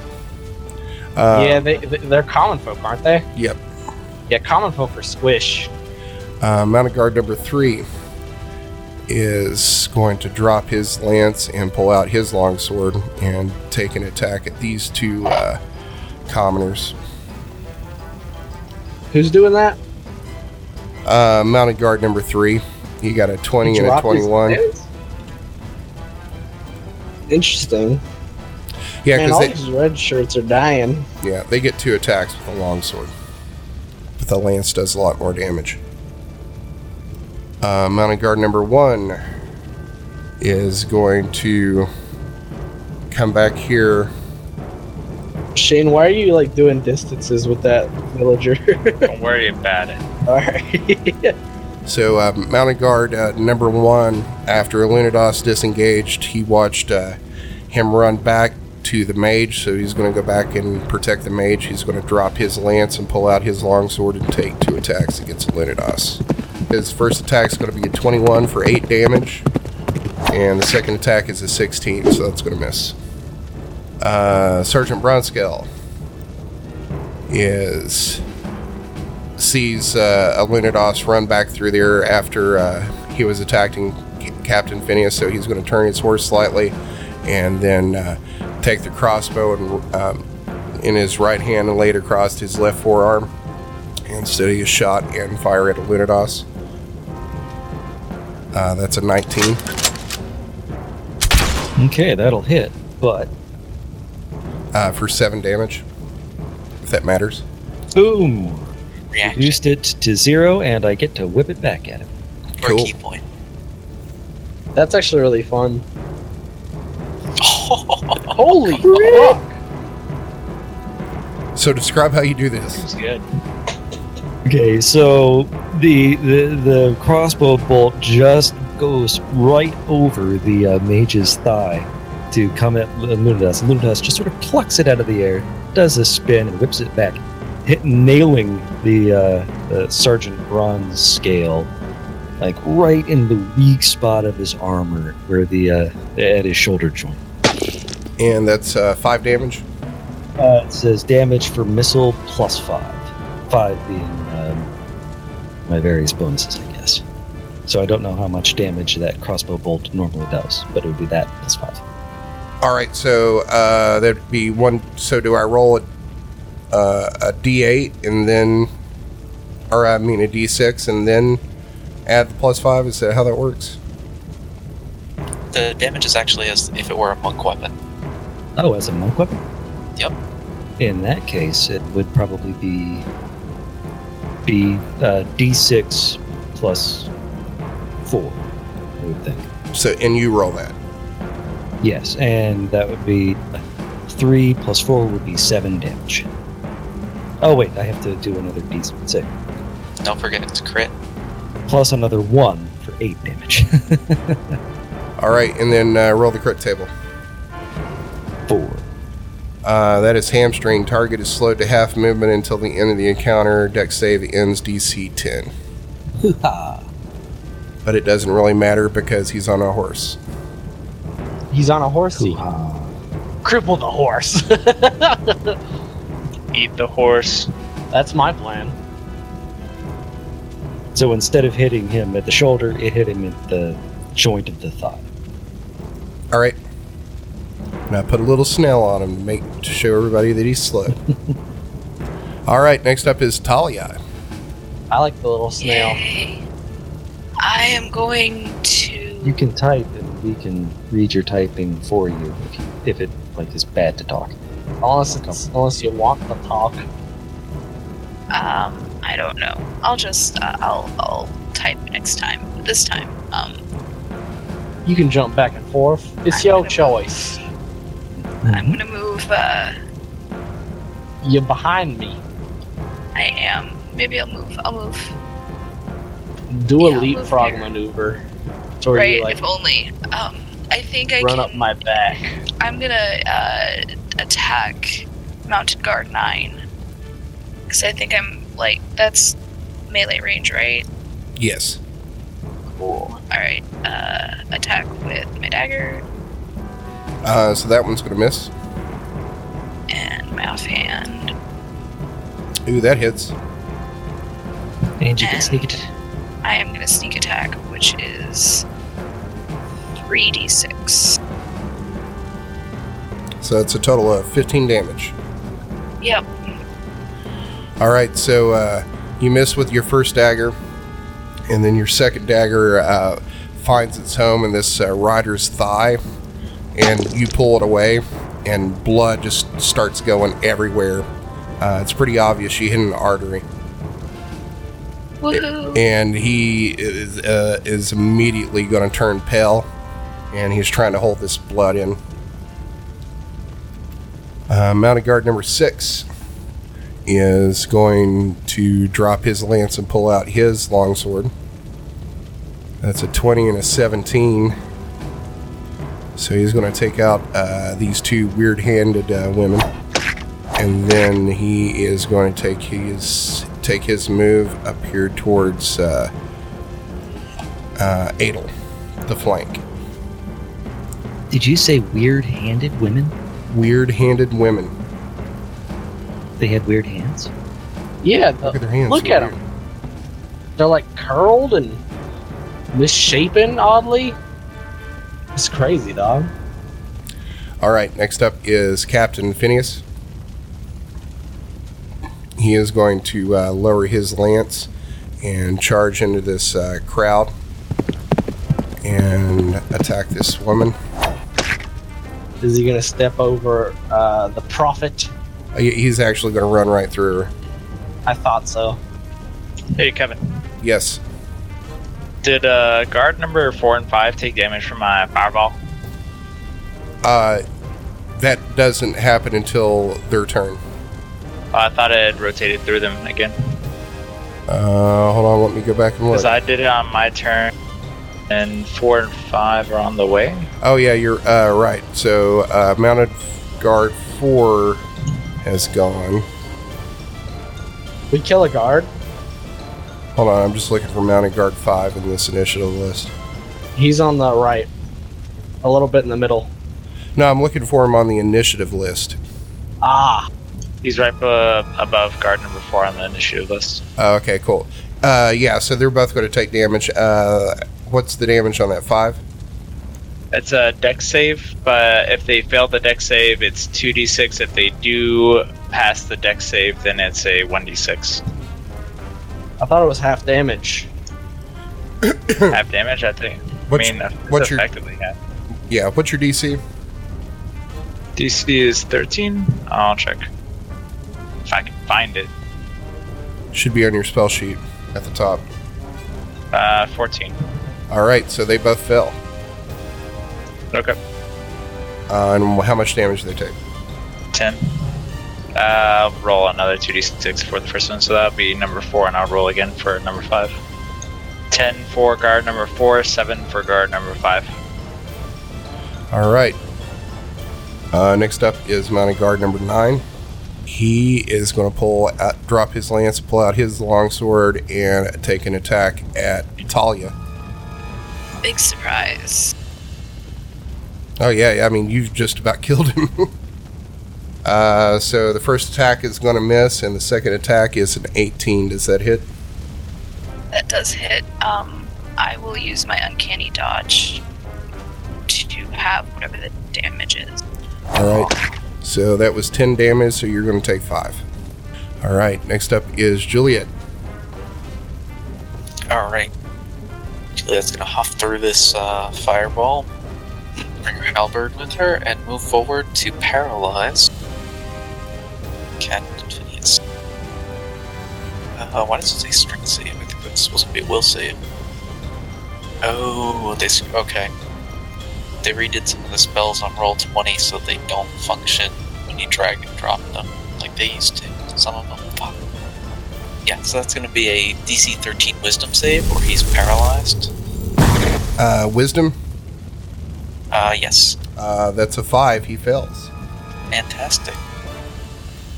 Uh, yeah, they, they they're common folk, aren't they? Yep. Yeah, common folk are squish. Uh, mounted guard number three is going to drop his lance and pull out his longsword and take an attack at these two uh, commoners. Who's doing that? Uh, mounted guard number three. He got a 20 and a Drop his 21. hands? Interesting. Yeah, Man, all because these red shirts are dying. they, yeah, they get two attacks with a longsword. But the lance does a lot more damage. Uh, mounted guard number one is going to come back here. Shane, why are you like doing distances with that villager? Don't worry about it. all right. So, uh, mounted guard uh, number one, after Lunados disengaged, he watched uh, him run back to the mage. So, he's going to go back and protect the mage. He's going to drop his lance and pull out his longsword and take two attacks against Lunados. His first attack is going to be a 21 for 8 damage, and the second attack is a 16, so that's going to miss. Uh, Sergeant Bronskill is sees uh, a Lunados run back through there after uh, he was attacking C- Captain Phineas, so he's going to turn his horse slightly and then uh, take the crossbow and um, in his right hand and lay it across his left forearm and steady his shot and fire at Alunidos. Uh, that's a 19. Okay, that'll hit, but uh, for seven damage, if that matters. boom! Reaction Reduced it to zero, and I get to whip it back at him. or Cool. key point. That's actually really fun. Holy fuck! So describe how you do this. It's good. Okay, so the the, the crossbow bolt just goes right over the uh, mage's thigh to come at Lu- Lunadas. Lunadas just sort of plucks it out of the air, does a spin, and whips it back, hit nailing the, uh, the sergeant bronze scale, like right in the weak spot of his armor, where the uh, at his shoulder joint. And that's uh, five damage. Uh, it says damage for missile plus five. Five being um, my various bonuses, I guess. So I don't know how much damage that crossbow bolt normally does, but it would be that plus five. All right, so uh, that'd be one. So do I roll a, uh, a d8 and then, or I mean a d6 and then add the plus five? Is that how that works? The damage is actually as if it were a monk weapon. Oh, as a monk weapon? Yep. In that case, it would probably be be uh, d6 plus four, I would think. So and you roll that. Yes, and that would be three plus four would be seven damage. Oh wait, I have to do another d6 Don't forget it's crit. plus another one for eight damage. All right, and then uh, roll the crit table. four. Uh, that is hamstring. Target is slowed to half movement until the end of the encounter. Deck save ends DC 10. Hoo-ha. But it doesn't really matter because he's on a horse. He's on a horsey. Hoo-ha. Cripple the horse. Eat the horse. That's my plan. So instead of hitting him at the shoulder, it hit him at the joint of the thigh. All right. And I put a little snail on him to make to show everybody that he's slow. All right. Next up is Talia. I like the little snail. Yay. I am going to. You can type, and we can read your typing for you if, you, if it like is bad to talk. Unless, it's, unless you want the talk. Um, I don't know. I'll just uh, I'll I'll type next time. But this time, um, You can jump back and forth. It's I'm your gonna- choice. Mm-hmm. Mm-hmm. I'm gonna move. Uh, You're behind me. I am. Maybe I'll move. I'll move. Do a Yeah, I'll move leapfrog here. maneuver. To where right. you like if only. Um, I think I run can. up my back. I'm gonna uh, attack Mounted Guard Nine. Cause I think I'm like that's melee range, right? Yes. Cool. All right. Uh, attack with my dagger Uh, so that one's gonna miss. and my offhand. Ooh, that hits. And you can sneak it. I am gonna sneak attack, which is three d six. So it's a total of 15 damage. Yep. All right. So uh, you miss with your first dagger, and then your second dagger uh, finds its home in this uh, rider's thigh, and you pull it away, and blood just starts going everywhere. Uh, it's pretty obvious you hit an artery. Woohoo! and he is, uh, is immediately going to turn pale, and he's trying to hold this blood in. Uh, mounted guard number six is going to drop his lance and pull out his longsword. That's a 20 and a 17. So he's going to take out uh, these two weird handed uh, women. And then he is going to take his take his move up here towards uh, uh, Adel, the flank. Did you say weird-handed women? Weird-handed women. They had weird hands. Yeah, Look the- at their hands. Look at 'em. they're like curled and misshapen, oddly. It's crazy, dog. All right, next up is Captain Phineas. He is going to uh, lower his lance and charge into this uh, crowd and attack this woman. Is he gonna step over uh, the prophet? Uh, he- He's actually going to run right through her. I thought so. Hey, Kevin. Yes, Did uh, guard number four and five take damage from my fireball? uh, that doesn't happen until their turn. I thought it had rotated through them again. Uh, hold on, let me go back and look. Because I did it on my turn, and four and five are on the way. Oh yeah, you're uh, right. So uh, mounted guard four has gone. We kill a guard. Hold on, I'm just looking for mounted guard five in this initiative list. He's on the right, a little bit in the middle. No, I'm looking for him on the initiative list. Ah, He's right uh, above guard number four on the initiative list. Uh, okay, cool. Uh, yeah, so they're both going to take damage. Uh, what's the damage on that five? It's a deck save, but if they fail the deck save, it's 2d6. If they do pass the deck save, then it's a 1d6. I thought it was half damage. half damage, I think. What's, I mean, what's what's your- effectively half. yeah, what's your DC? DC is 13. I'll check. If I can find it. Should be on your spell sheet at the top. Uh, 14. All right, so they both fell. Okay. Uh, and how much damage do they take? 10. Uh, roll another 2d6 for the first one, so that'll be number 4, and I'll roll again for number 5. 10 for guard number 4, 7 for guard number 5. All right. Uh, next up is mounted guard number nine. He is going to pull out, drop his lance, pull out his longsword, and take an attack at Talia. Big surprise. Oh yeah, yeah, I mean you've just about killed him. uh, so the first attack is going to miss, and the second attack is an 18. Does that hit? That does hit. Um, I will use my uncanny dodge to have whatever the damage is. All right. So that was 10 damage. So you're going to take five. All right. Next up is Juliet. Alright. Juliet's gonna huff through this uh, fireball, bring her halberd with her, and move forward to paralyze Captain Phineas. Uh, why does it say strength save? I think that's supposed to be a will save. Oh, they s- okay. They redid some of the spells on roll 20 so they don't function when you drag and drop them like they used to. Some of them. Fuck. Yeah, so that's going to be a DC 13 Wisdom save, or he's paralyzed. Uh, wisdom. Uh, yes, Uh, that's a five. He fails. fantastic.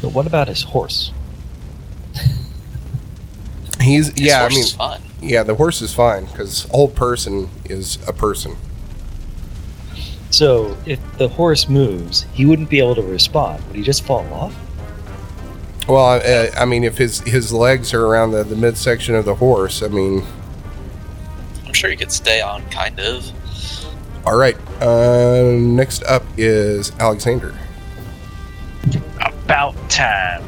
But what about his horse? He's His yeah. horse I mean, is fun. Yeah, the horse is fine because old person is a person. So if the horse moves, he wouldn't be able to respond. Would he just fall off? Well, I, uh, I mean, if his his legs are around the, the midsection of the horse, I mean, I'm sure he could stay on, kind of. all right. Uh, next up is Alexander. About time.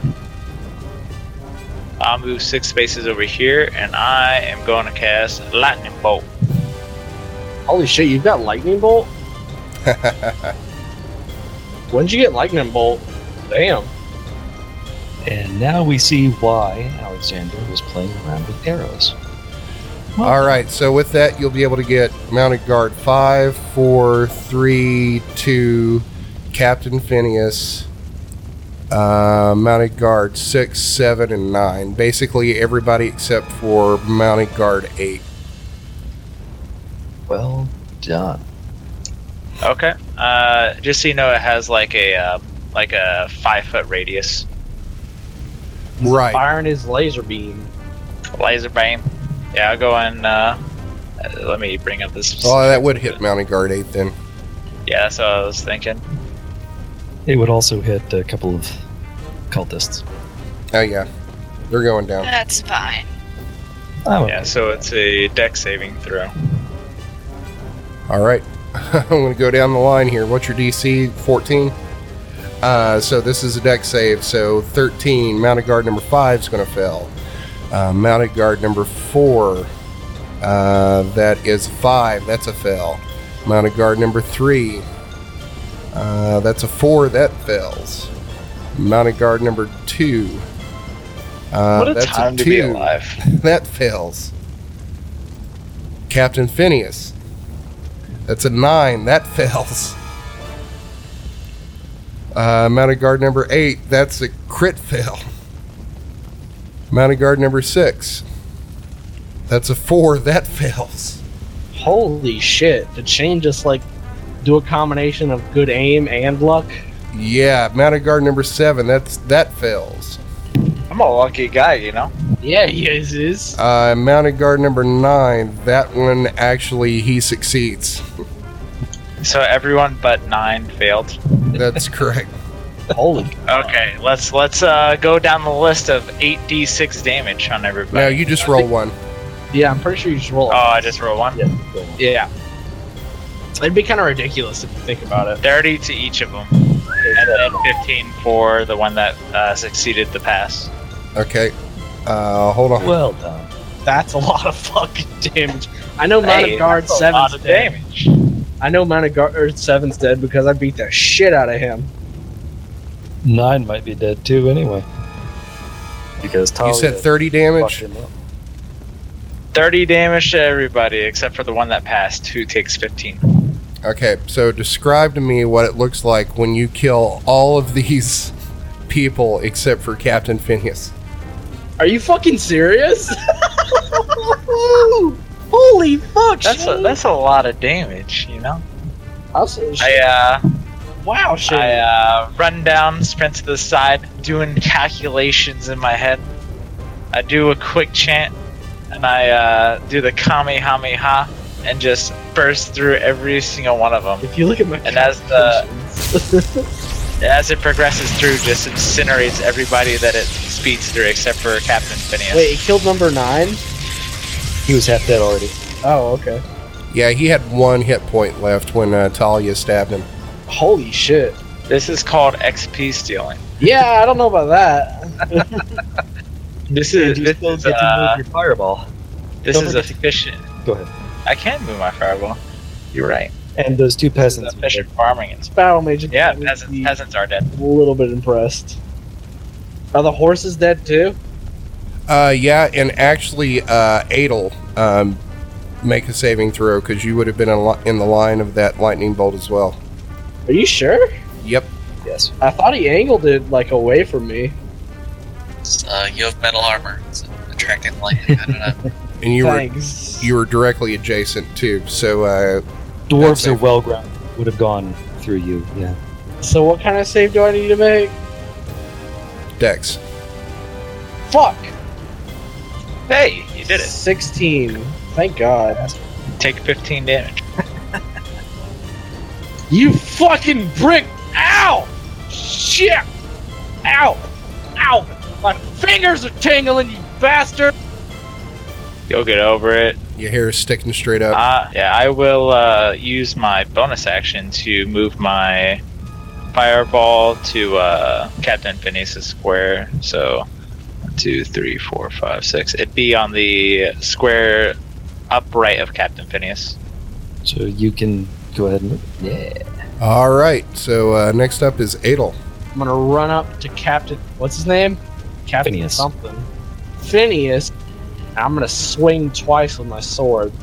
I'll move six spaces over here, and I am going to cast Lightning Bolt. holy shit! You've got lightning bolt. When'd you get lightning bolt? Damn. And now we see why Alexander was playing around with arrows. all right, so with that, you'll be able to get mounted guard five, four, three, two, Captain Phineas, uh, mounted guard six, seven, and nine. Basically, everybody except for mounted guard eight. Well done. Okay. Uh, just so you know, it has like a uh, like a five foot radius Right. Firing his laser beam. laser beam. Yeah, I'll go and uh, uh, let me bring up this. Oh, that would hit mounted guard eight then. Yeah, that's what I was thinking. It would also hit a couple of cultists. Oh yeah, Oh. they're going down. That's fine. I'm Yeah, so it's a deck saving throw. All right. I'm going to go down the line here. What's your DC? 14? Uh, so this is a deck save. So 13. Mounted guard number 5 is going to fail. Uh, mounted guard number 4. Uh, that is 5. That's a fail. Mounted guard number 3. Uh, that's a 4. That fails. Mounted guard number 2. Uh, what a that's time to 2. be alive. That fails. Captain Phineas. That's a nine. That fails. Uh, mounted guard number eight. That's a crit fail. Mounted guard number six. That's a four. That fails. Holy shit! Did Shane just like do a combination of good aim and luck? Yeah, mounted guard number seven. That's that fails. I'm a lucky guy, you know. Yeah, he is. is. Uh, mounted guard number nine. That one actually he succeeds. So everyone but nine failed. That's correct. Holy Okay, let's let's uh, go down the list of eight d six damage on Now everybody. you just roll one. Yeah, I'm pretty sure you just roll. Oh, I just rolled one. Yeah. It'd be kind of ridiculous if you think about it. Thirty to each of them, and then fifteen for the one that uh, succeeded the pass. Okay. Uh, hold on. Well done. That's a lot of fucking damage. I know Hey, mounted guard that's a lot seven's of dead. damage. I know mounted guard or seven's dead because I beat the shit out of him. Nine might be dead too, anyway. Because Talia You said 30 fucked damage. him up. Thirty damage to everybody except for the one that passed, who takes fifteen. Okay, so describe to me what it looks like when you kill all of these people except for Captain Phineas. Are you fucking serious? Holy fuck! That's a, Shane. that's a lot of damage, you know. I'll say shit. I uh, wow, shit. I uh, run down, sprint to the side, doing calculations in my head. I do a quick chant, and I uh, do the kamehameha, and just burst through every single one of them. if you look at my And as the as it progresses through, just incinerates everybody that it speeds through, except for Captain Phineas. wait, it killed number nine. He was half dead already. Oh, okay. Yeah, he had one hit point left when uh, Talia stabbed him. Holy shit. This is called XP stealing. Yeah, I don't know about that. This is you this still is, get to move uh, your fireball. this don't is forget efficient. Go ahead. I can move my fireball. You're right. And those two This is peasants. were efficient farming. It's Battle mage. is yeah, gonna peasants, be peasants are dead. A little bit impressed. Are the horses dead too? Uh, yeah, and actually, uh, Adel, um, make a saving throw because you would have been in, li- in the line of that lightning bolt as well. Are you sure? Yep. dead. Yes. I thought he angled it like away from me. Uh, you have metal armor. It's attracting lightning. I don't know. And you Thanks. were you were directly adjacent too. So uh, Dwarves That's are it. well grounded. Would have gone through you. Yeah. so what kind of save do I need to make? Dex. Fuck. Hey, you did it. Sixteen. Thank God. Take 15 damage. You fucking brick! Ow! Shit! Ow! Ow! My fingers are tingling, you bastard! You'll get over it. Your hair is sticking straight up. Uh, yeah, I will uh, use my bonus action to move my fireball to uh, Captain Phineas' square. So, one, two, three, four, five, six. It'd be on the square upright of Captain Phineas. So you can go ahead and. Yeah. All right. So uh, next up is Adel. I'm gonna run up to Captain. What's his name? Captain Phineas. something. Phineas. I'm gonna swing twice with my sword.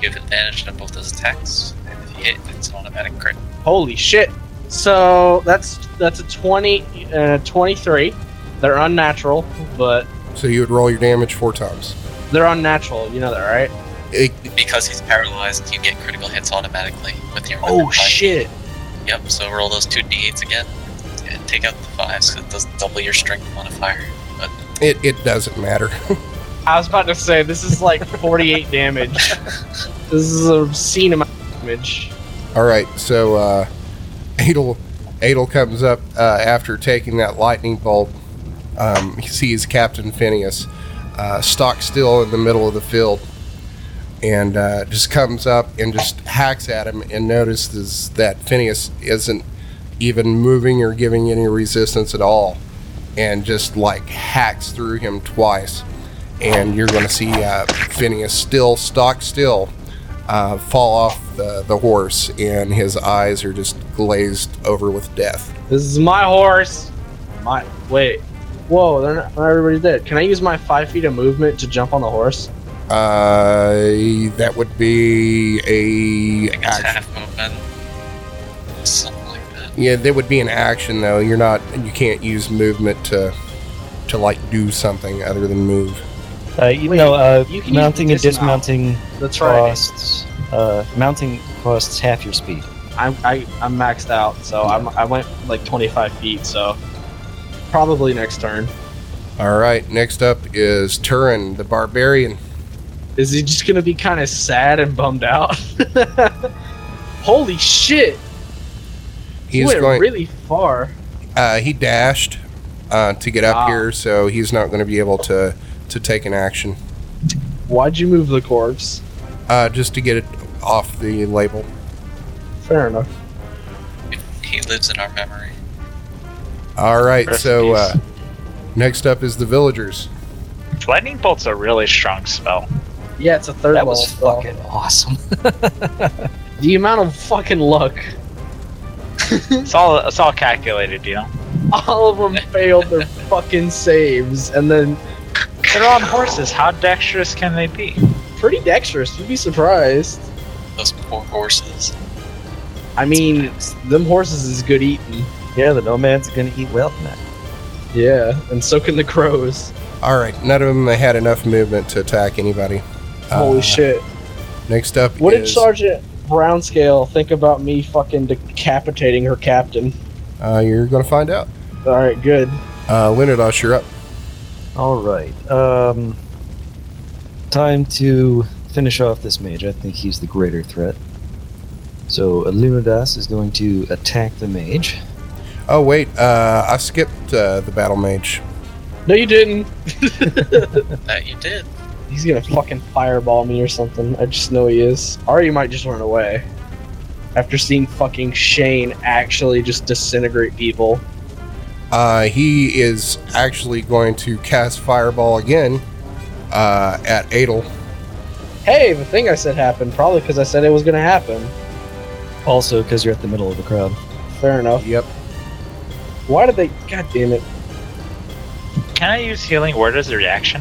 You have advantage on both those attacks. And if you hit, it's an automatic crit. Holy shit! So that's that's a 20 and a 23. They're unnatural, but So you would roll your damage four times. they're unnatural. You know that, right? It, Because he's paralyzed, you get critical hits automatically with your. Oh weapon type. shit! Yep. So roll those two d8s again, and take out the fives. 'cause it doesn't double your strength modifier. But it, it doesn't matter. I was about to say this is like 48 damage. This is a obscene amount of damage. All right, so uh, Adel Adel comes up uh, after taking that lightning bolt. Um, he sees Captain Phineas uh, stock still in the middle of the field, and uh, just comes up and just hacks at him and notices that Phineas isn't even moving or giving any resistance at all and just like hacks through him twice. And you're going to see uh, Phineas still stock still uh, fall off the, the horse, and his eyes are just glazed over with death. This is my horse. My wait. Whoa, they're not, not everybody's dead. Can I use my five feet of movement to jump on the horse? Uh, that would be a think it's action. half movement. Something like that. Yeah, that would be an action though. You're not. You can't use movement to to like do something other than move. Uh, you Wait, know, uh, you can use mounting the and dismount. dismounting That's right. costs. Uh, mounting costs half your speed. I'm I, I'm maxed out, so I'm I went like 25 feet, so probably next turn. All right. Next up is Turin the barbarian. Is he just gonna be kind of sad and bummed out? Holy shit! He He's went going. really far. uh, he dashed uh, to get up Ah. here, so he's not going to be able to to take an action. Why'd you move the corpse? Uh, just to get it off the label. Fair enough. He lives in our memory. All right. Rest So in uh, next up is the villagers. Lightning bolt's a really strong spell. Yeah, it's a third That level. was spell. fucking awesome. The amount of fucking luck. It's all it's all calculated, you know. All of them failed their fucking saves, and then They're on horses. How dexterous can they be? pretty dexterous. You'd be surprised. Those poor horses. I mean, them horses is good eating. yeah, the nomad's gonna eat well tonight. Yeah, and so can the crows. All right. None of them had enough movement to attack anybody. Uh, Holy shit. Next up What did is- Sergeant Brownscale think about me fucking decapitating her captain? uh, you're going to find out. Alright, good. Uh, Leonidas, you're up. All right. Um, time to finish off this mage. I think he's the greater threat. So Illumidas is going to attack the mage. Oh wait, uh, I skipped uh, the battle mage. No, you didn't. That you did. He's gonna fucking fireball me or something. I just know he is. Or he might just run away. After seeing fucking Shane actually just disintegrate people. Uh, he is actually going to cast fireball again uh, at Adel. Hey, the thing I said happened, probably because I said it was gonna happen. Also, because you're at the middle of the crowd. Fair enough. Yep. Why did they. God damn it. Can I use healing word as a reaction?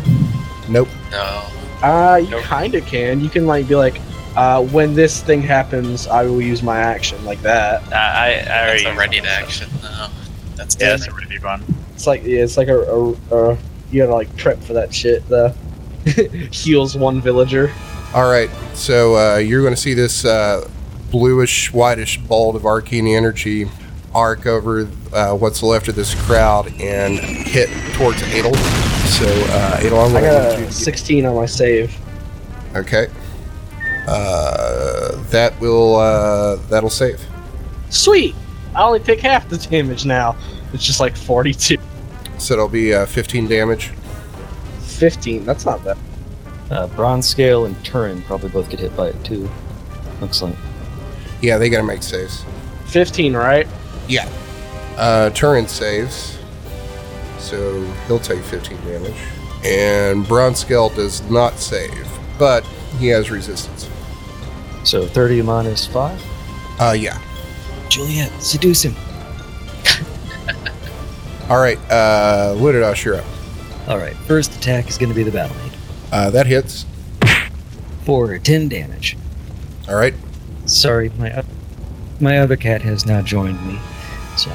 Nope. No. Uh, you Nope. kinda can. You can, like, be like, uh, when this thing happens, I will use my action, like that. Uh, I, I already That's a ready to action. No. That's Yeah, dead. that's a ready one. It's like yeah, it's like a, a, a you gotta like prep for that shit. The heals one villager. All right. So uh, you're going to see this uh, bluish, whitish ball of arcane energy arc over uh, what's left of this crowd and hit towards Adel. So uh, Adel, I'm I going to got need you a to 16 on my save. get- okay. Uh, that will uh, that'll save. Sweet. I only take half the damage now. It's just like 42, So it'll be uh, 15 damage. 15. That's not bad. Uh, Bronze Scale and Turin probably both get hit by it too. Looks like. Yeah, they got to make saves. 15, right? Uh, Turin saves, so he'll take 15 damage. And Bronskel does not save, but he has resistance. So 30 minus 5. Uh, yeah. Juliet, seduce him. All right, uh, Ludadosh, you're up. All right, first attack is going to be the battle mage Uh, that hits. for 10 damage. All right. Sorry, my o- my other cat has now joined me. So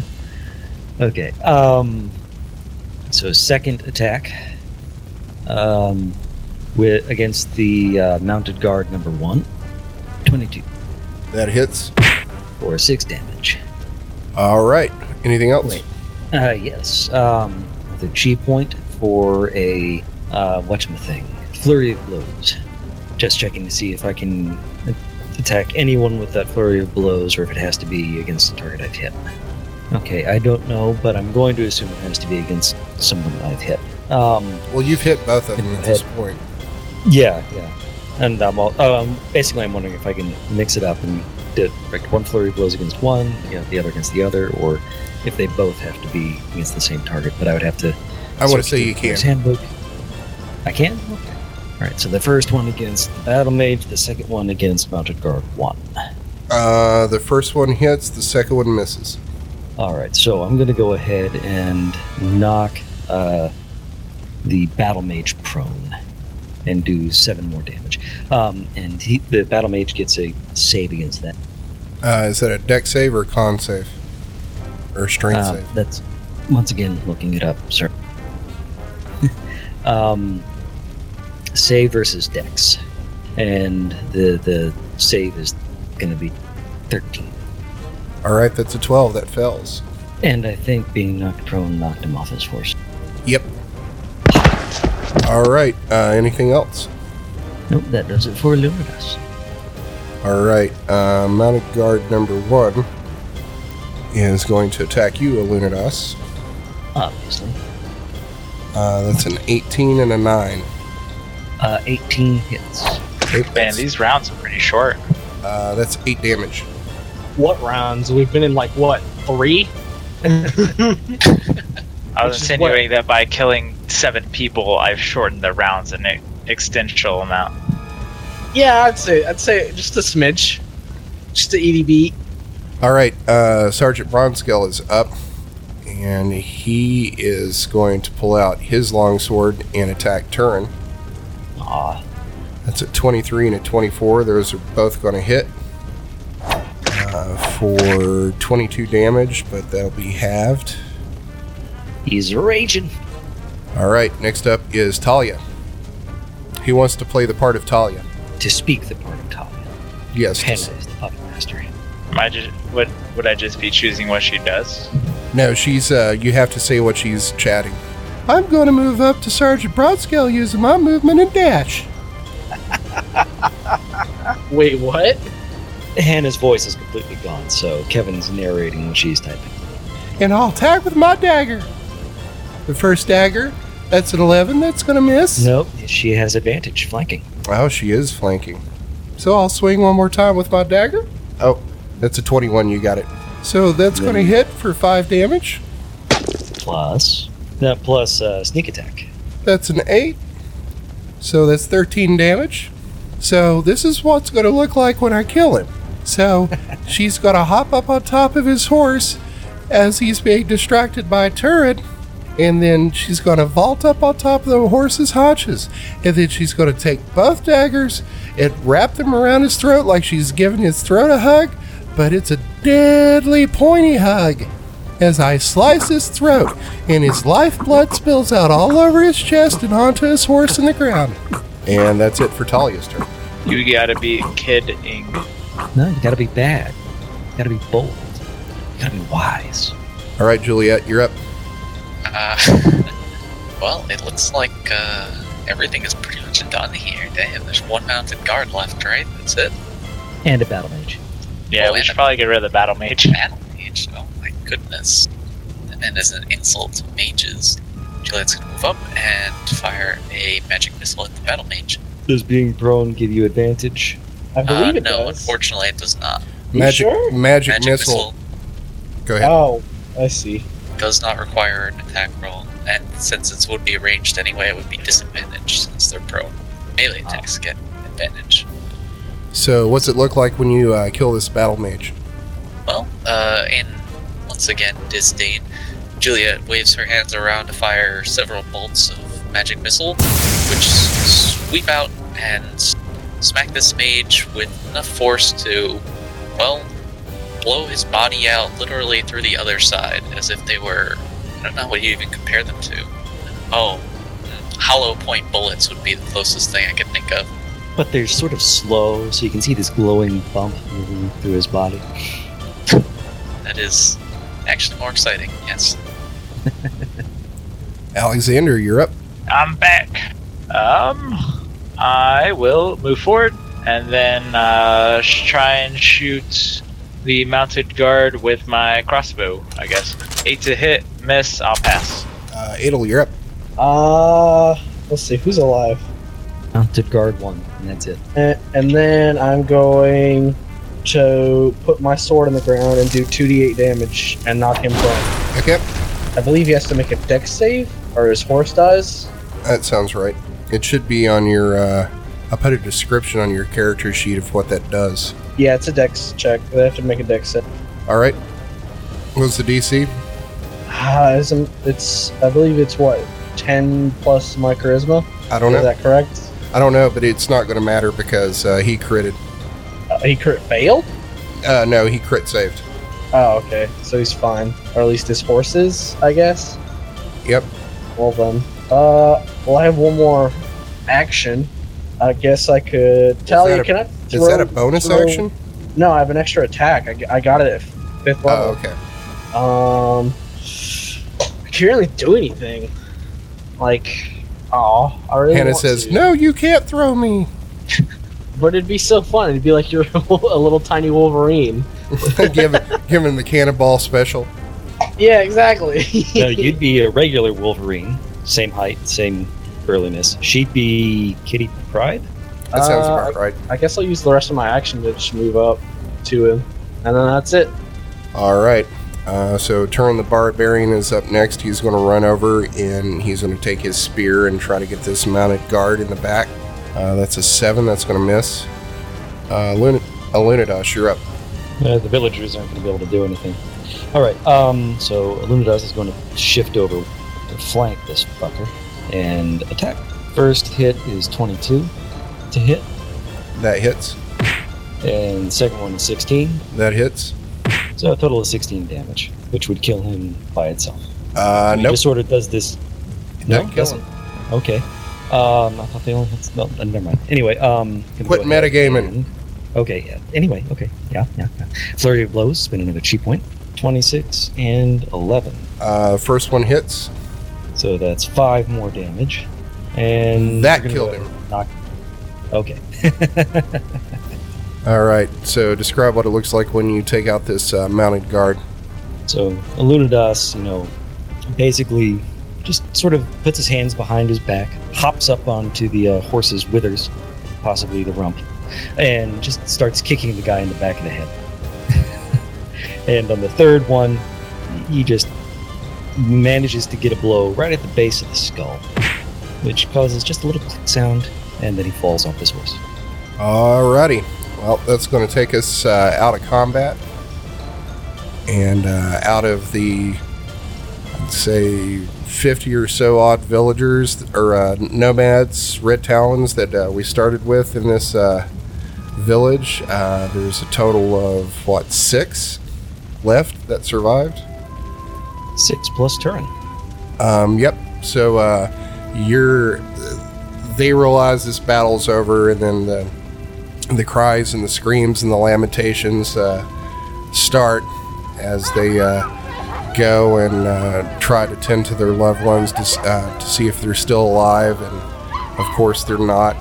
okay. Um. So second attack. Um, with against the uh, mounted guard number one. 22 That hits. for six damage. All right. Anything else? Wait. Uh, yes. Um, the G point for a uh, whatchamacthing. Flurry of blows. Just checking to see if I can a- attack anyone with that flurry of blows or if it has to be against the target I've hit. Okay, I don't know, but I'm going to assume it has to be against someone I've hit. Um, Well, you've hit both of them at this point. Yeah, yeah. And I'm all, um, basically, I'm wondering if I can mix it up and do like one flurry of blows against one, you know, the other against the other, or if they both have to be against the same target. But I would have to. I want search to say the you can. player's Handbook. I can. Okay. All right. So the first one against the battle mage, the second one against mounted guard one. Uh, the first one hits, the second one misses. All right, so I'm going to go ahead and knock uh, the battle mage prone and do seven more damage. Um, and he, the battle mage gets a save against that. Uh, is that a deck save or con save? Or strength Um, save? that's once again looking it up, sir. um, save versus dex, and the the save is going to be thirteen. All right, that's a 12. That fails. And I think being knocked prone knocked him off his horse. All right, uh, anything else? Nope, that does it for Luminous. All right, uh, mounted guard number one is going to attack you, Illuminatus. Obviously. Uh, that's an 18 and a 9. Uh, 18 hits. Okay, Man, that's, these rounds are pretty short. uh, that's 8 damage. What rounds? We've been in like what three? I was Which is insinuating that by killing seven people, I've shortened the rounds an ex- extensional amount. Yeah, I'd say I'd say just a smidge, just a E EDB. All right, uh, Sergeant Bronskill is up, and he is going to pull out his longsword and attack Turin. Aw, That's a 23 and a 24. Those are both going to hit uh, for 22 damage, but that'll be halved. he's raging. All right, next up is Talia. He wants to play the part of Talia. To speak the part of Talia. Yes. Hannah is the puppet master. Am I just would would I just be choosing what she does? No, she's. Uh, you have to say what she's chatting. I'm going to move up to Sergeant Broadscale using my movement and dash. Wait, what? Hannah's voice is completely gone, so Kevin's narrating when she's typing. and I'll attack with my dagger. The first dagger, that's an 11, that's going to miss. Nope, she has advantage flanking. Oh, she is flanking. So I'll swing one more time with my dagger. Oh, that's a 21, you got it. So that's going to Mm. hit for 5 damage. Plus, no, plus uh, sneak attack. That's an 8. So that's 13 damage. So this is what's going to look like when I kill him. So she's going to hop up on top of his horse as he's being distracted by a turret. And then she's going to vault up on top of the horse's haunches. And then she's going to take both daggers and wrap them around his throat like she's giving his throat a hug. But it's a deadly pointy hug as I slice his throat, and his lifeblood spills out all over his chest and onto his horse in the ground. And that's it for Talia's turn. You gotta be kidding. No, you gotta be bad. You gotta be bold. You gotta be wise. All right, Juliet, you're up. Uh, well, it looks like uh, everything is pretty much done here. Damn, there's one mounted guard left, right? That's it. And a battle mage. Yeah, we should probably get rid of the battle mage. Battle mage. Oh my goodness. And as an insult to mages, Juliet's gonna move up and fire a magic missile at the battle mage. Does being prone give you advantage? I believe Uh, it no, does. unfortunately, it does not. You Magic, sure? magic, Magic missile. missile. Go ahead. Oh, I see. does not require an attack roll, and since it would be ranged anyway, it would be disadvantaged since they're prone. Melee attacks get advantage. So, what's it look like when you uh, kill this battle mage? Well, uh, in once again disdain, Juliet waves her hands around to fire several bolts of magic missile, which sweep out and smack this mage with enough force to, well, blow his body out literally through the other side, as if they were. I don't know what you even compare them to. Oh, hollow point bullets would be the closest thing I could think of. But they're sort of slow, so you can see this glowing bump moving through his body. That is actually more exciting, yes. Alexander, you're up. I'm back. Um, I will move forward and then uh, sh- try and shoot the mounted guard with my crossbow. I guess eight to hit, miss. I'll pass. Uh, Idle, you're up. Uh, let's see who's alive. mounted guard one, and that's it. A- And then I'm going to put my sword in the ground and do 2d8 damage and knock him prone. Okay, I believe he has to make a dex save, or his horse dies. that sounds right. It should be on your. Uh, I put a description on your character sheet of what that does. Yeah, it's a dex check. They have to make a dex save. All right. What's the DC? Ah, isn't it's? I believe it's what ten plus my charisma. I don't Is know. that correct? I don't know, but it's not going to matter because uh, he critted. Uh, he crit failed. Uh, no, he crit saved. Oh, okay. So he's fine, or at least his horse is, I guess. Yep. Well then. Uh, well, I have one more action. I guess I could. Talia, that a- can I? Is throw- that a bonus throw- action? No, I have an extra attack. I, g- I got it at fifth Oh, level. okay. Um, I can't really do anything. Like, oh, I really. Hannah want says, to. "No, you can't throw me." But it'd be so fun. It'd be like you're a little tiny Wolverine. give, give him the cannonball special. Yeah, exactly. no, you'd be a regular Wolverine, same height, same burliness. She'd be Kitty Pride. That sounds Uh, about right. I guess I'll use the rest of my action to just move up to him, and then that's it. All right. Uh, so Turn the Barbarian is up next. He's going to run over and he's going to take his spear and try to get this mounted guard in the back. Uh, that's a seven. That's going to miss. Uh, Lun- Alunidash, you're up. Uh, the villagers aren't going to be able to do anything. All right, um, so Illuminadaz is going to shift over to flank this fucker and attack. First hit is 22 to hit, That hits. and second one is 16. That hits. So a total of 16 damage, which would kill him by itself. Uh, He nope. just sort of does this. Don't No, kill doesn't. Okay. Um, I thought they only had. No, uh, never mind. Anyway, um. gonna Quit go ahead metagaming. and- Okay. Yeah. Anyway. Okay. Yeah. Yeah. Yeah. Flurry of blows. Spin another chi point. Twenty-six and eleven. Uh, first one hits. So that's five more damage. And That we're gonna killed go him. ahead and Knock. Okay. All right. So describe what it looks like when you take out this uh, mounted guard. So Eludidas, you know, basically just sort of puts his hands behind his back, hops up onto the uh, horse's withers, possibly the rump, and just starts kicking the guy in the back of the head. and on the third one, he just manages to get a blow right at the base of the skull, which causes just a little click sound, and then he falls off his horse. Alrighty. Well, that's going to take us uh, out of combat and uh, out of the, I'd say, 50 or so odd villagers or uh, nomads, red talons that uh, we started with in this uh, village. Uh, there's a total of, what, six left that survived? Six plus Turin. Um, yep. So uh, you're. They realize this battle's over, and then the the cries and the screams and the lamentations uh, start as they uh, go and uh, try to tend to their loved ones to, s- uh, to see if they're still alive, and of course they're not.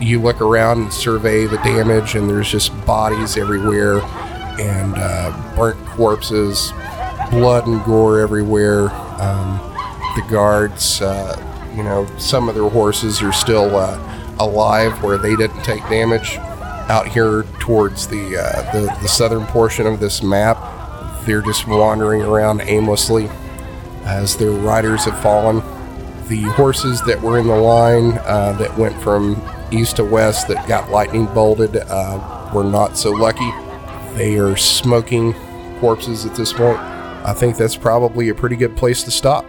You look around and survey the damage, and there's just bodies everywhere, and uh, burnt corpses, blood and gore everywhere. Um, the guards, uh, you know, some of their horses are still uh, alive where they didn't take damage. Out here towards the, uh, the the southern portion of this map, they're just wandering around aimlessly as their riders have fallen. The horses that were in the line uh, that went from east to west that got lightning bolted uh, were not so lucky. They are smoking corpses at this point. I think that's probably a pretty good place to stop.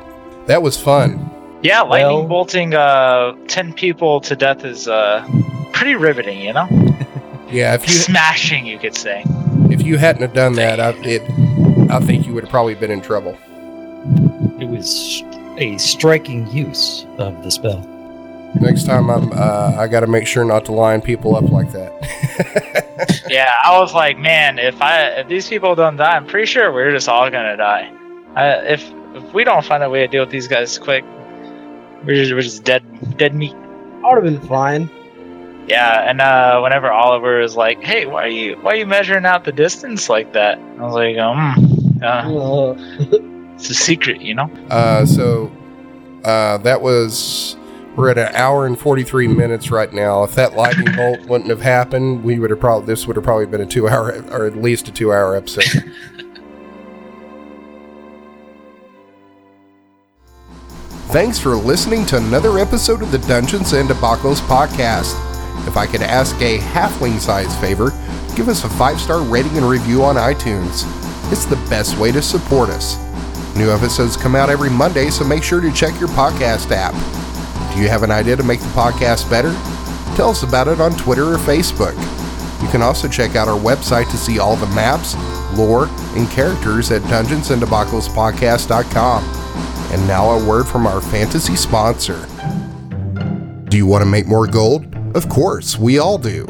That was fun. Yeah, lightning Well- bolting uh, 10 people to death is uh, pretty riveting, you know? Yeah, if you Smashing, you could say. if you hadn't have done that, I, it I think you would have probably been in trouble. It was a striking use of the spell. Next time, I'm uh, I got to make sure not to line people up like that. Yeah, I was like, man, if I if these people don't die, I'm pretty sure we're just all gonna die. I, if if we don't find a way to deal with these guys quick, we're just, we're just dead dead meat. I would have been fine. Yeah, and uh, whenever Oliver is like, hey, why are you why are you measuring out the distance like that? I was like, um, uh, Uh, it's a secret, you know. uh, so uh, that was We're at an hour and 43 minutes right now. If that lightning bolt wouldn't have happened, we would have probably this would have probably been a two hour or at least a two hour episode. Thanks for listening to another episode of the Dungeons and Debacles podcast. If I could ask a halfling size favor, give us a five star rating and review on iTunes. It's the best way to support us. New episodes come out every Monday, so make sure to check your podcast app. Do you have an idea to make the podcast better? Tell us about it on Twitter or Facebook. You can also check out our website to see all the maps, lore, and characters at dungeonsanddebaclespodcast.com. And now a word from our fantasy sponsor. Do you want to make more gold? Of course, we all do.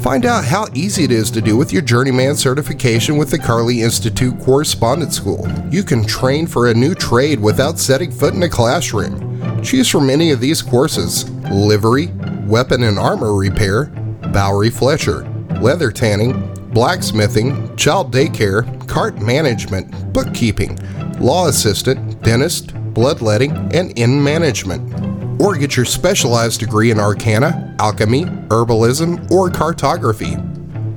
Find out how easy it is to do with your journeyman certification with the Carly Institute Correspondence School. You can train for a new trade without setting foot in a classroom. Choose from any of these courses livery, weapon and armor repair, Bowery Fletcher, leather tanning, blacksmithing, child daycare, cart management, bookkeeping, law assistant, dentist, bloodletting, and inn management or get your specialized degree in arcana, alchemy, herbalism, or cartography.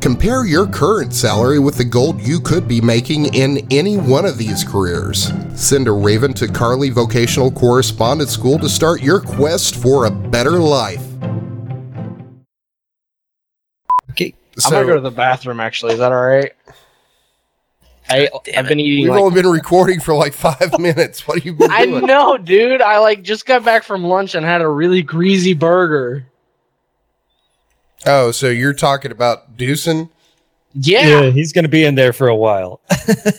Compare your current salary with the gold you could be making in any one of these careers. Send a raven to Carly Vocational Correspondence School to start your quest for a better life. Okay. I'm gonna go to So, the bathroom. Actually, is that all right? I Damn I've been eating. we've Like, only been recording for like five minutes. What have you been I doing? know, dude. I like just got back from lunch and had a really greasy burger. Oh, so you're talking about Deucin? Yeah, he's gonna be in there for a while.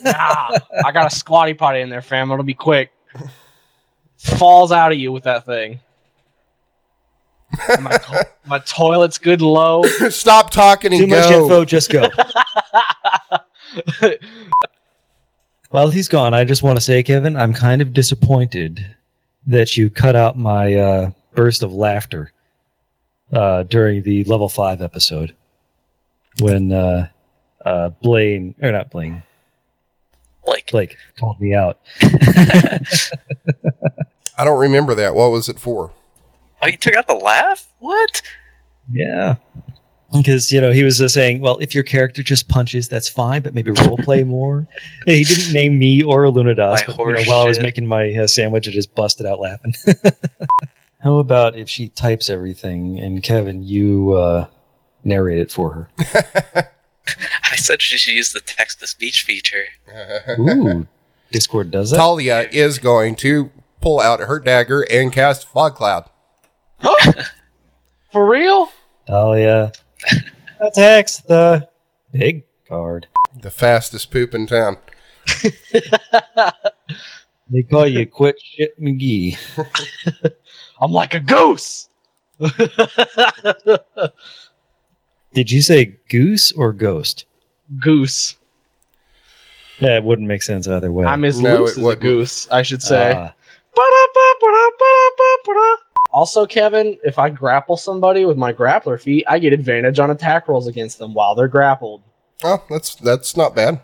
nah, I got a squatty potty in there, fam. It'll be quick. Falls out of you with that thing. And My, to- my toilet's good low. Stop talking and Too much go. info, just go. While he's gone, I just want to say, Kevin, I'm kind of disappointed that you cut out my uh, burst of laughter uh, during the level five episode when uh, uh, Blaine or not Blaine Like, Blake called me out. I don't remember that. What was it for? oh, you took out the laugh? What? Yeah. Because you know he was uh, saying, well, if your character just punches, that's fine, but maybe role play more. And he didn't name me or My Lunadas, but you know, horse while I was shit. making my uh, sandwich, I just busted out laughing. How about if she types everything and Kevin, you uh, narrate it for her? I said she should use the text to speech feature. Ooh, Discord does that. Talia is going to pull out her dagger and cast Fog Cloud. For real? Talia attacks the big card. The fastest poop in town. They call you Quit Shit McGee. I'm like a goose. Did you say goose or ghost? goose. That wouldn't make sense either way. I'm as No, loose it Uh, as a wouldn't. goose, I should say. Ah. Ba-da-ba-ba-da-ba-da-ba-da. Also, Kevin, if I grapple somebody with my grappler feet, I get advantage on attack rolls against them while they're grappled. Oh, that's that's not bad.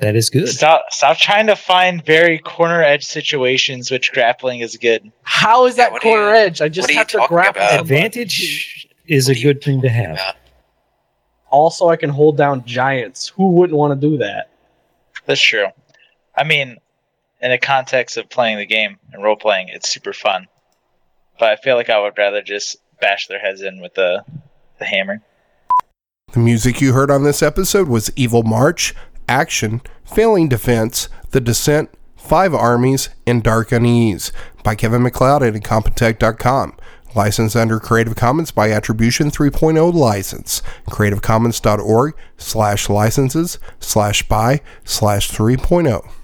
That is good. Stop stop trying to find very corner edge situations which grappling is good. How is that Yeah, what are quarter you- edge? I just what are you have to talking grapple. about? somebody. Advantage is uh, a What are you good thing to have. about? Also, I can hold down giants. Who wouldn't want to do that? That's true. I mean, in the context of playing the game and role playing, it's super fun. But I feel like I would rather just bash their heads in with the the hammer. The music you heard on this episode was Evil March, Action, Failing Defense, The Descent, Five Armies, and Dark Unease by Kevin McLeod at incompetech.com. Licensed under Creative Commons by Attribution 3.0 license. CreativeCommons.org slash oh. licenses slash by slash 3.0.